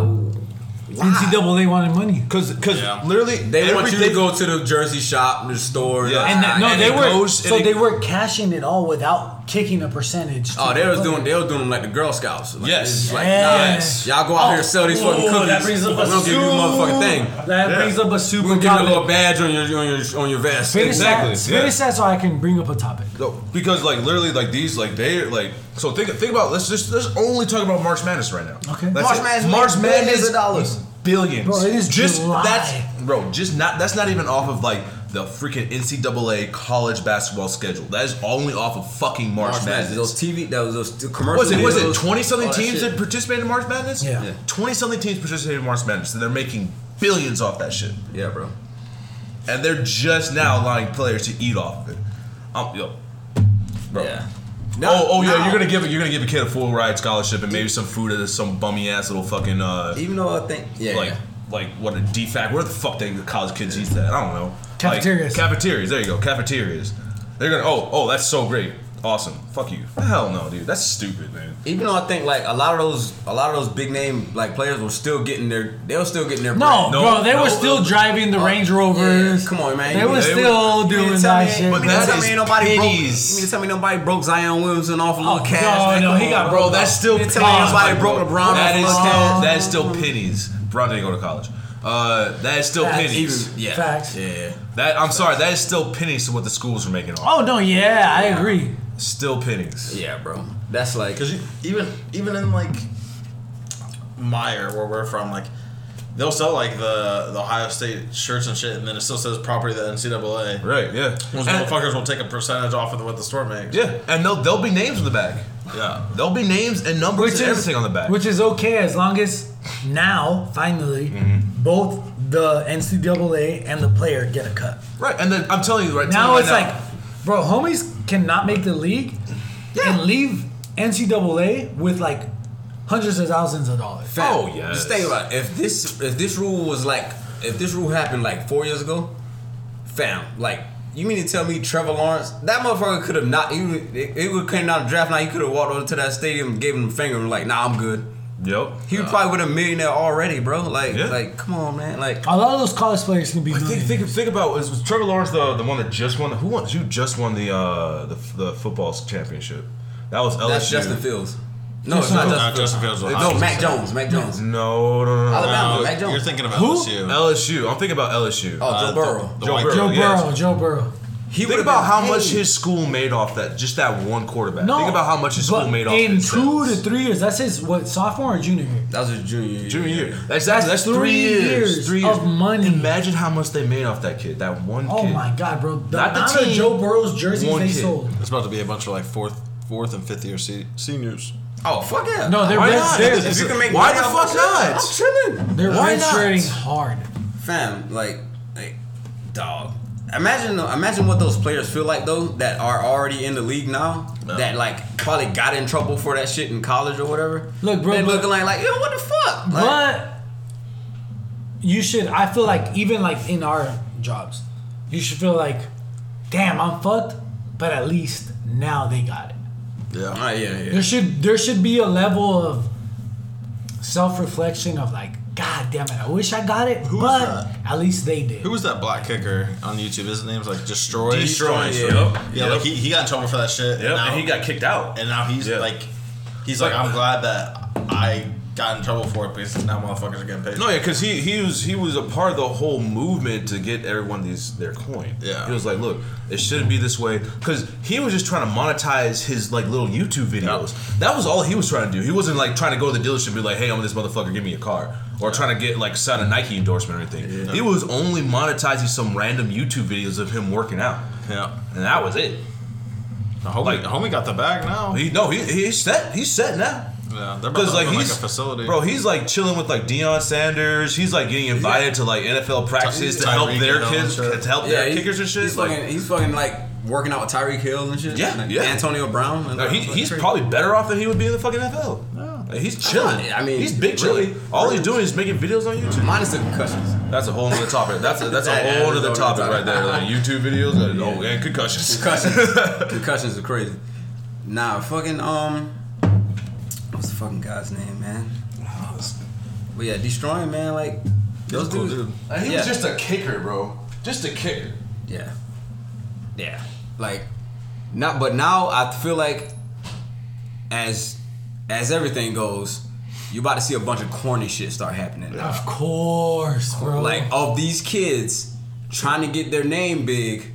A: why?
C: NCAA wanted money.
D: Cause, cause
B: Yeah.
D: literally,
A: They want you to
D: everything-
A: go to the jersey shop, the store.
D: Yeah.
C: And that, no,
D: And
C: they
D: it
C: were
D: goes-
C: so
D: and it-
C: they were cashing it all without kicking a percentage. to
A: Oh, they
C: the
A: was
C: player.
A: doing. They was doing them like the Girl Scouts. Like,
D: Yes.
A: it's Like,
C: Yes.
A: Nah, y'all go out here and sell these fucking
E: whoa,
A: cookies.
E: that brings up
A: we
E: a
A: don't give you a motherfucking thing.
C: That brings up a
A: We gonna
C: super
A: give you a little
C: topic.
A: badge on your on your on your vest.
C: Finish
D: Exactly,
C: that.
D: yeah.
C: Finish that so I can bring up a topic.
D: No, because like literally, like these, like they, like so. Think, think about let's just let's only talk about March Madness right now.
C: Okay.
D: That's
A: March
D: it.
A: Madness
D: March
A: made
D: Madness,
A: billions of dollars.
D: billions.
C: Bro, it is
D: just
C: July.
D: that's bro, just not that's not even off of like the freaking NCAA college basketball schedule. That is only off of fucking March,
A: March Madness.
D: Madness.
A: Those TV. That was those t- commercials.
D: was it was it
A: videos,
D: twenty something
A: all that
D: teams
A: shit.
D: that participated in March Madness?
C: Yeah. Yeah.
D: twenty something teams participated in March Madness, and they're making billions off that shit,
A: Yeah, bro.
D: and they're just now allowing players to eat off of it. Um, yo, bro.
A: Yeah.
D: oh, oh yeah,
A: now-
D: you're gonna give you're gonna give a kid a full ride scholarship and maybe some food at some bummy ass little fucking uh
A: Even though I think yeah,
D: like like what a defact where the fuck they college kids eat that I don't know Like,
C: Cafeterias.
D: cafeterias there you go cafeterias they're gonna oh oh that's so great awesome fuck you hell no dude that's stupid man
A: Even though I think like a lot of those a lot of those big name like players were still getting their they were still getting their
C: No,
A: bread.
D: No,
C: bro, they
D: no,
C: were still
D: no.
C: driving the
A: Oh,
C: Range Rovers.
A: yeah, come on, man.
C: They
A: You-
C: were
A: they
C: still
A: You mean
C: doing
A: to tell
C: that
A: me-
C: shit.
A: You mean to
D: That
A: tell me
D: is
A: ain't nobody broke? You
D: pennies.
A: mean to tell me nobody broke Zion Williamson off a little
C: Oh,
A: cash?
C: no,
A: man?
C: no,
A: Come
C: he
A: on,
C: got
A: bro.
C: broke
A: That's
D: off.
A: still
D: You
A: tell me nobody broke LeBron off
D: that
A: a
D: is
A: little
D: still
A: cash.
D: that is still pennies Bron didn't go to college uh that is still
C: Facts.
D: pennies
A: Even- yeah,
C: Facts.
A: yeah.
D: that I'm sorry that is still pennies to what the schools are making off
C: Oh no, yeah, I agree.
D: still pennies
A: Yeah, bro. That's like
B: Because even even in like Meyer, where we're from, like they'll sell like the the Ohio State shirts and shit, and then it still says property of the NCAA.
D: right yeah
B: Those
D: And-
B: motherfuckers will take a percentage off of what the store makes.
D: Yeah, and they'll there'll be names in the back.
B: Yeah.
D: There'll be names and numbers
C: Which
D: and
C: is
D: everything on the back.
C: Which is okay as long as now, finally,
D: Mm-hmm.
C: both the NCAA and the player get a cut.
D: right, and then I'm telling you right
C: Now
D: right
C: it's like, bro, homies cannot make the league and leave NCAA with like hundreds of thousands of dollars.
A: Fam,
D: Oh, yes.
A: Just think about it. if this if this rule was like if this rule happened like four years ago, fam, like you mean to tell me Trevor Lawrence that motherfucker could have not you it, it would came down the draft night he could have walked over to that stadium and gave him a finger and like nah I'm good.
D: yep.
A: He probably would have millionaire already, bro. Like
D: Yeah.
A: like come on man, like
C: A lot of those college players can be
D: Think,
C: millionaires.
D: think, think about was, was Trevor Lawrence the, the one that just won who won who just won the uh the, the football championship? That was LSU.
A: that's Justin Fields. No, it's not
C: Fields.
A: Justin.
B: No, Justin Fields was
A: No, Mac Jones, Mac Jones.
D: No, no, no, no.
A: Alabama.
B: No,
A: Mac Jones.
B: you're thinking of
C: Who?
B: LSU.
D: LSU. I'm thinking about LSU.
A: Oh,
B: Uh,
A: Joe
B: the-
A: Burrow.
B: the
D: Joe
B: white
D: Burrow.
B: kid.
C: Joe
D: yes.
C: Burrow, Joe Burrow.
A: He
D: Think
A: would've
D: about
A: been
D: how much
A: paid.
D: his school made off that just that one quarterback.
C: No,
D: Think about how much his
C: but
D: school made off
C: in
D: his
C: two to
D: sales.
C: three years. That's his what sophomore or junior year.
A: That was his junior year.
D: Junior year. That's that's, that's three, years, Three years
C: of money.
D: Imagine how much they made off that kid. That one.
C: Oh
D: kid.
C: my god, bro! The
D: Not the
C: amount of
D: team,
C: Joe Burrow's jerseys
D: one
C: they
D: kid.
C: sold.
B: It's about to be a bunch of like fourth, fourth and fifth year se- seniors.
A: Oh fuck yeah.
C: No, they're
A: Why
C: red-
A: not?
C: they're-
A: if you can make
D: Why
A: money
D: the
A: off
D: fuck
A: of that,
D: not?
A: I'm chilling.
C: They're
B: Why
C: red
B: not?
C: shirting hard.
A: fam, like, like, dog. Imagine, imagine what those players feel like though that are already in the league now. That like probably got in trouble for that shit in college or whatever.
C: Look, bro,
A: they
C: but-
A: looking like like yo, what the fuck? Like,
C: But you should. I feel like even like in our jobs, you should feel like, damn, I'm fucked. But at least now they got it.
B: Yeah.
A: Alright, yeah, yeah.
C: There should there should be a level of self reflection of like, god damn it, I wish I got it,
B: Who is
C: but
B: that?
C: at least they did.
B: Who was that black kicker on YouTube? His name's like Destroy.
A: Destroy,
D: Destroying.
A: yeah.
D: Yep.
B: Yeah,
D: yep.
B: like he, he got in trouble for that shit.
D: Yep, and he got kicked out.
B: and now he's
D: Yeah.
B: like, he's like, I'm glad that I got in trouble for it because now motherfuckers are getting paid.
D: No, yeah, because he he was he was a part of the whole movement to get everyone these their coin.
B: Yeah.
D: he was like, look, it shouldn't be this way because he was just trying to monetize his like little YouTube videos. That was all he was trying to do. He wasn't like trying to go to the dealership and be like, hey, I'm this motherfucker, give me a car, or trying to get like sign a Nike endorsement or anything. He was only monetizing some random YouTube videos of him working out,
B: Yeah.
D: and that was it.
B: The homie,
D: Like-
B: the homie got the bag now.
D: He no, he he's set, he's set now.
B: yeah, they're about to
D: Because like
B: open,
D: he's
B: like a facility.
D: bro, he's like chilling with like Deion Sanders. He's like getting invited to like NFL practice to
B: Tyreek
D: help their
B: Hill and
D: kids,
B: shit.
D: to help
A: yeah,
D: their
A: he-
D: kickers and shit.
A: He's
D: Like,
A: fucking, he's fucking like working out with Tyreek Hill and shit.
D: Yeah,
A: Like,
D: yeah.
A: Antonio Brown. and
D: no,
A: all
D: he,
A: that
D: he's
A: shit.
D: probably better off than he would be in the fucking NFL. Like, he's chilling.
A: I
D: I
A: mean,
D: mean, he's big
A: really,
D: chilling. All
A: really.
D: he's doing is making videos on YouTube.
A: minus the concussions.
D: That's a whole other topic. That's a, that's a
A: That
D: whole
A: is
D: other
A: a
D: topic
A: topic.
D: right there. Like YouTube videos and, oh, and concussions.
A: concussions. concussions are crazy. Nah, fucking um, what's the fucking guy's name, man? But yeah, destroying man, like those
B: cool
A: dudes.
B: dude.
D: Like, Uh, he
A: yeah,
D: was just a kicker, bro. Just a kicker.
A: yeah, yeah. Like not, but now I feel like as as everything goes, you about to see a bunch of corny shit start happening. now.
C: Of course, bro.
A: like of these kids trying to get their name big.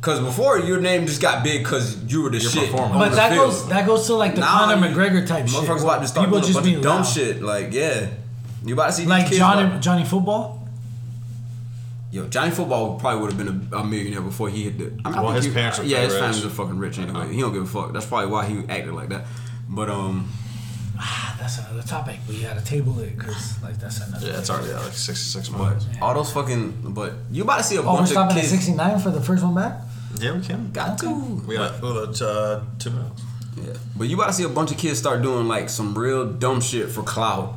A: Cause before your name just got big because you were the shit.
D: performance.
A: on
C: but
A: the
C: that
A: field.
C: goes that goes to like the Conor
A: you-
C: McGregor type shit.
A: Motherfuckers about to start
C: People
A: doing
C: just
A: a bunch
C: being
A: of dumb
C: loud.
A: shit. Like yeah, you about to see
C: Like
A: these kids
C: Johnny
A: like-
C: Johnny Football.
A: yo, Johnny Football probably would have been a, a millionaire before he hit the. I mean, I
B: Well,
A: think
B: his
A: he-
B: parents are
A: yeah,
B: pretty
A: his
B: rich. Uh-huh.
A: family's are fucking rich anyway. He don't give a fuck. That's probably why he acted like that. But um,
C: Ah, that's another topic. We gotta table it because like that's another.
B: yeah, it's already at like 66 miles.
A: all those fucking. But you about to see a
C: Oh, we're
A: bunch of
C: stopping at
A: kids.
C: 69 for the first one back.
B: Yeah, we can.
A: Got to.
B: We got uh, two minutes.
A: Yeah. But you about to see a bunch of kids start doing like some real dumb shit for clout.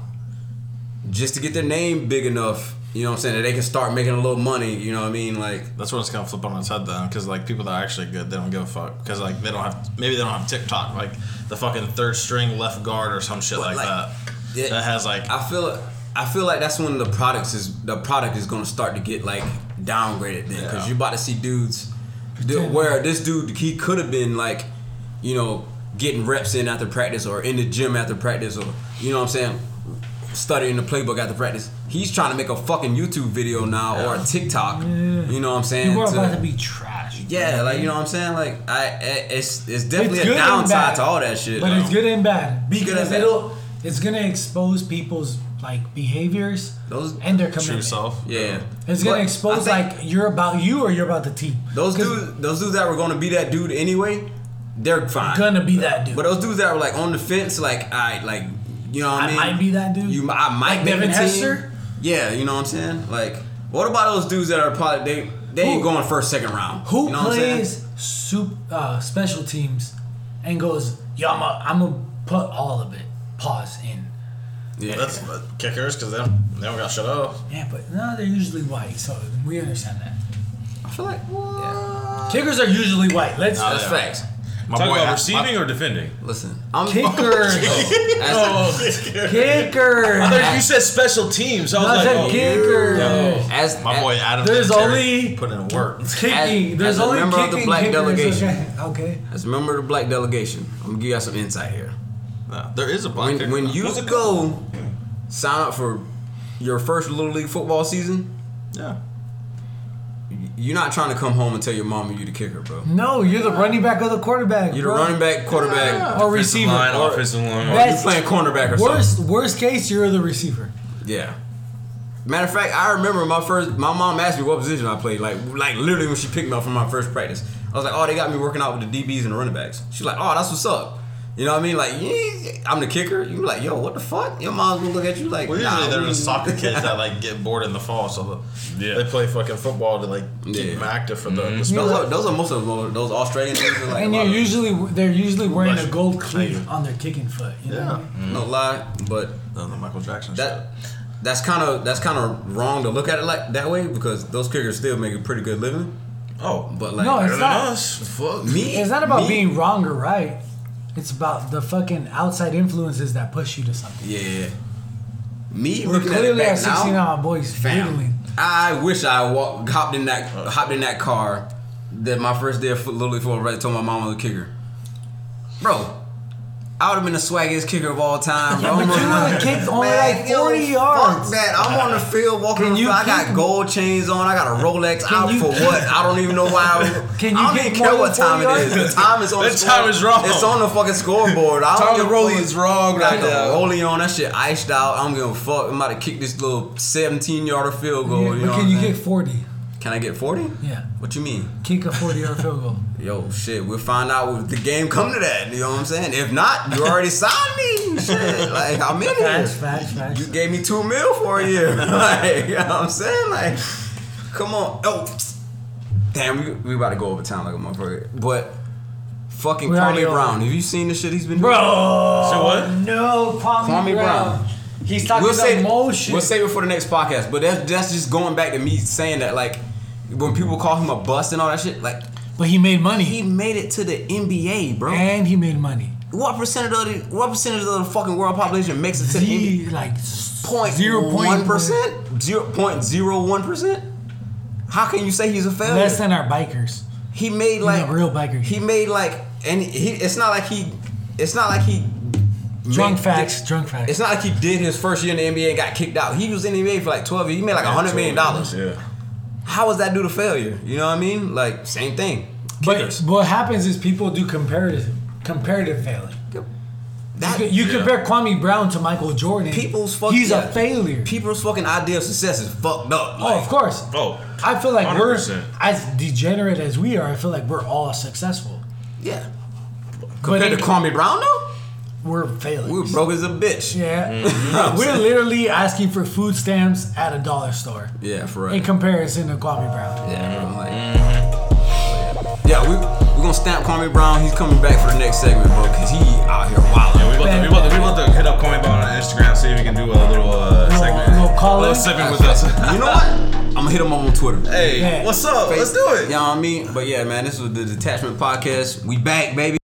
A: Just to get their name big enough, you know what I'm saying, that they can start making a little money, you know what I mean? Like
B: That's when it's gonna flip on its head then, because like people that are actually good, they don't give a fuck, because like they don't have maybe they don't have TikTok, like the fucking third string left guard or some shit like,
A: like,
B: that.
A: yeah.
B: that has like
A: I feel I feel like that's when the products is the product is gonna start to get like downgraded then because
B: Yeah.
A: you about to see dudes dude, where this dude he could have been like you know getting reps in after practice or in the gym after practice or you know what I'm saying studying the playbook after practice he's trying to make a fucking YouTube video now or a TikTok you know what I'm saying
C: People are
A: to-
C: about to be trash.
A: yeah like you know what I'm saying like I I- it's it's definitely
C: good
A: a
C: and bad,
A: downside to all that shit
C: But
A: though.
C: it's good and bad
A: It's good
C: because
A: and bad.
C: it'll it's gonna expose people's like behaviors
A: Those-
C: and their
B: true
C: commitment.
B: self.
A: yeah
C: It's gonna
A: But I
C: expose
A: think-
C: like you're about you or you're about the team.
A: Those
C: 'Cause
A: dudes, those dudes that were gonna be that dude anyway, they're fine.
C: gonna be that dude.
A: But those dudes that were like on the fence, like I like, you know what I
C: I
A: mean?
C: might be that dude.
A: You, mi- I might
C: Like
A: be
C: Devin
A: the team.
C: Hester?
A: Yeah, you know what I'm saying. Like, what about those dudes that are probably they they ain't
C: Who-
A: going first, second round?
C: who
A: you know What I'm saying?
C: plays soup uh, special teams and goes, "Yo, I'm gonna I'm gonna put all of it." Pause in.
A: Yeah.
B: That's uh, kickers because they don't, they don't got shut up.
C: Yeah, but no, they're usually white, so we understand that.
A: I feel like yeah.
C: Kickers are usually white. Let's
B: Nah,
A: that's
B: yeah.
A: facts.
B: My
D: Talking about
B: my-
D: receiving or defending?
A: Listen, I'm Oh,
C: kickers,
A: as,
C: kickers.
D: you said special teams. I was
C: Not
D: like,
C: that
D: oh,
C: kickers.
A: as
B: my boy Adam.
C: There's
B: Vinatieri
C: only-
B: put in work.
C: Kicking.
A: As-
C: There's
A: as a
C: only
A: member of
C: kicking
A: the black
C: kickers,
A: delegation.
C: Okay. okay.
A: as a member of the black delegation, I'm gonna give y'all some insight here.
B: No, there is a black
A: when
B: kicker.
A: when
B: now.
A: you
B: Who's it called?
A: go sign up for your first little league football season,
B: yeah,
A: you're not trying to come home and tell your mom you the kicker, bro.
C: No, you're the running back or the quarterback.
A: You're the
C: bro.
A: running back, quarterback,
C: or receiver.
D: Line, offensive line.
A: or you're
C: That's-
A: playing cornerback or
C: Worst
A: something.
C: worst case, you're the receiver.
A: Yeah. Matter of fact, I remember my first. My mom asked me what position I played. Like, like literally when she picked me up from my first practice, I was like, "Oh, they got me working out with the DBs and the running backs." She's like, "Oh, that's what's up." You know what I mean? Like, yeah, I'm the kicker. You like, yo, what the fuck? Your mom's gonna look at you like,
B: Well,
A: nah,
B: usually
A: what
B: they're
A: do
B: just
A: you-
B: soccer kids that like get bored in the fall, so the,
D: Yeah.
B: they play fucking football to like keep
A: Yeah. Mm-hmm.
B: them active for the, the
A: Those
B: spell.
A: are, those are most of them, those Australian things. Are like
C: And
A: a
C: you're
A: lot of-
C: usually they're usually wearing a
B: Bless you.
C: gold
B: Thank
C: cleat
B: you.
C: on their kicking foot. You know?
B: Yeah,
A: no lie, but
B: the, the Michael Jackson.
A: that that's kind of that's kind of wrong to look at it like that way because those kickers still make a pretty good living.
D: Oh,
A: But like,
C: No,
D: better
C: it's
D: than
C: not-
D: us. Fuck
A: me,
C: It's not about
A: me-
C: being wrong or right. It's about the fucking outside influences that push you to something.
A: Yeah, me
C: We're
A: looking at it
C: clearly at
A: back
C: 16
A: now.
C: now, my boys
A: fam,
C: giggling.
A: I wish I walked, hopped in that hopped in that car that my first day of foot, literally football right told my mom I was a kicker, bro. I would have been the swaggiest kicker of all time, bro.
C: but you would've kicked only like 40
A: yo, Fuck
C: yards.
A: that. I'm on the field walking.
C: Can
A: on the
C: you
A: field. I got
C: kick-
A: gold chains on. I got a Rolex out
C: you
A: for
C: kick-
A: what? I don't even know why. I,
C: Can you
A: I don't
C: kick
A: even
C: more
A: care
C: than
A: what time
C: 40
A: it is. The time is on
D: That
A: the score-
D: time is wrong.
A: It's on the fucking scoreboard. I don't
D: Tom
A: give a
D: Rolly
A: fuck.
D: is wrong
A: Got
D: right
A: the
D: now.
A: Rolly on. That shit iced out. I'm gonna fuck. I'm about to kick this little 17 yarder field goal.
C: Yeah,
A: you know
C: but
A: what
C: can
A: I'm
C: you
A: saying?
C: get 40?
A: Can I get 40?
C: Yeah.
A: What you mean?
C: Kick a 40 yard field goal.
A: Yo, shit, we'll find out if the game come to that. You know what I'm saying? If not, you already signed me. Shit, like, I'm in here.
C: Facts, facts, facts.
A: You gave me two mil for a year. like, you know what I'm saying? Like, come on. Oh, damn, we, we about to go over time like a motherfucker. But fucking
C: We already
A: Kwame
C: over.
A: Brown, have you seen the shit he's been doing?
C: Bro!
D: So what?
C: No, Kwame,
A: Kwame
C: Brown.
A: Brown.
C: He's talking
A: we'll
C: about
A: save,
C: motion.
A: We'll save it for the next podcast. But that's, that's just going back to me saying that, like, when people call him a bust and all that shit, like,
C: but he made money.
A: he made it to the NBA, bro.
C: and he made money.
A: What percentage of the what percentage of the fucking world population makes it to the
C: Z, like
A: point
C: zero point
A: one percent? Zero point zero one percent? How can you say he's a failure?
C: Less than our bikers.
A: he made like
C: a real biker.
A: He made like and he it's not like he it's not like he
C: Drunk
A: made-
C: facts, drunk facts.
A: It's not like he did his first year in the NBA and got kicked out. He was in the NBA for like twelve years. He made like hundred million dollars.
D: Yeah.
A: How is that due to failure? You know what I mean? Like same thing.
C: But
A: Kickers.
C: what happens is people do comparative comparative failing.
A: that,
C: You compare Kwame Brown to Michael Jordan.
A: people's fucking
C: He's a failure.
A: People's fucking idea of success is fucked up.
C: oh, of course.
D: Oh.
C: I feel like we are
D: 100%.
C: as degenerate as we are. I feel like we're all successful.
A: Yeah.
C: But
A: Compared
C: it-
A: to Kwame Brown though,
C: We're failures.
A: we were broke as a bitch.
C: Yeah,
A: Mm-hmm.
C: we're literally asking for food stamps at a dollar store
A: Yeah, for
C: in
A: real.
C: comparison to Kwame Brown.
A: Yeah, bro, like-
D: Mm-hmm.
A: yeah, we we gonna stamp Kwame Brown. He's coming back for the next segment, bro, cause he out here
D: Yeah,
A: wilding.
D: we about, to, we, about to, we about to hit up Kwame Brown on Instagram, see if we can do a little uh,
C: Little-
D: segment.
C: little call
D: a little
C: in?
D: segment with us.
A: You know what? I'm gonna hit him up on Twitter.
D: hey,
C: Yeah.
D: what's up? Let's do it.
A: You know what I mean? But yeah, man, this was the Detachment Podcast. We back, baby.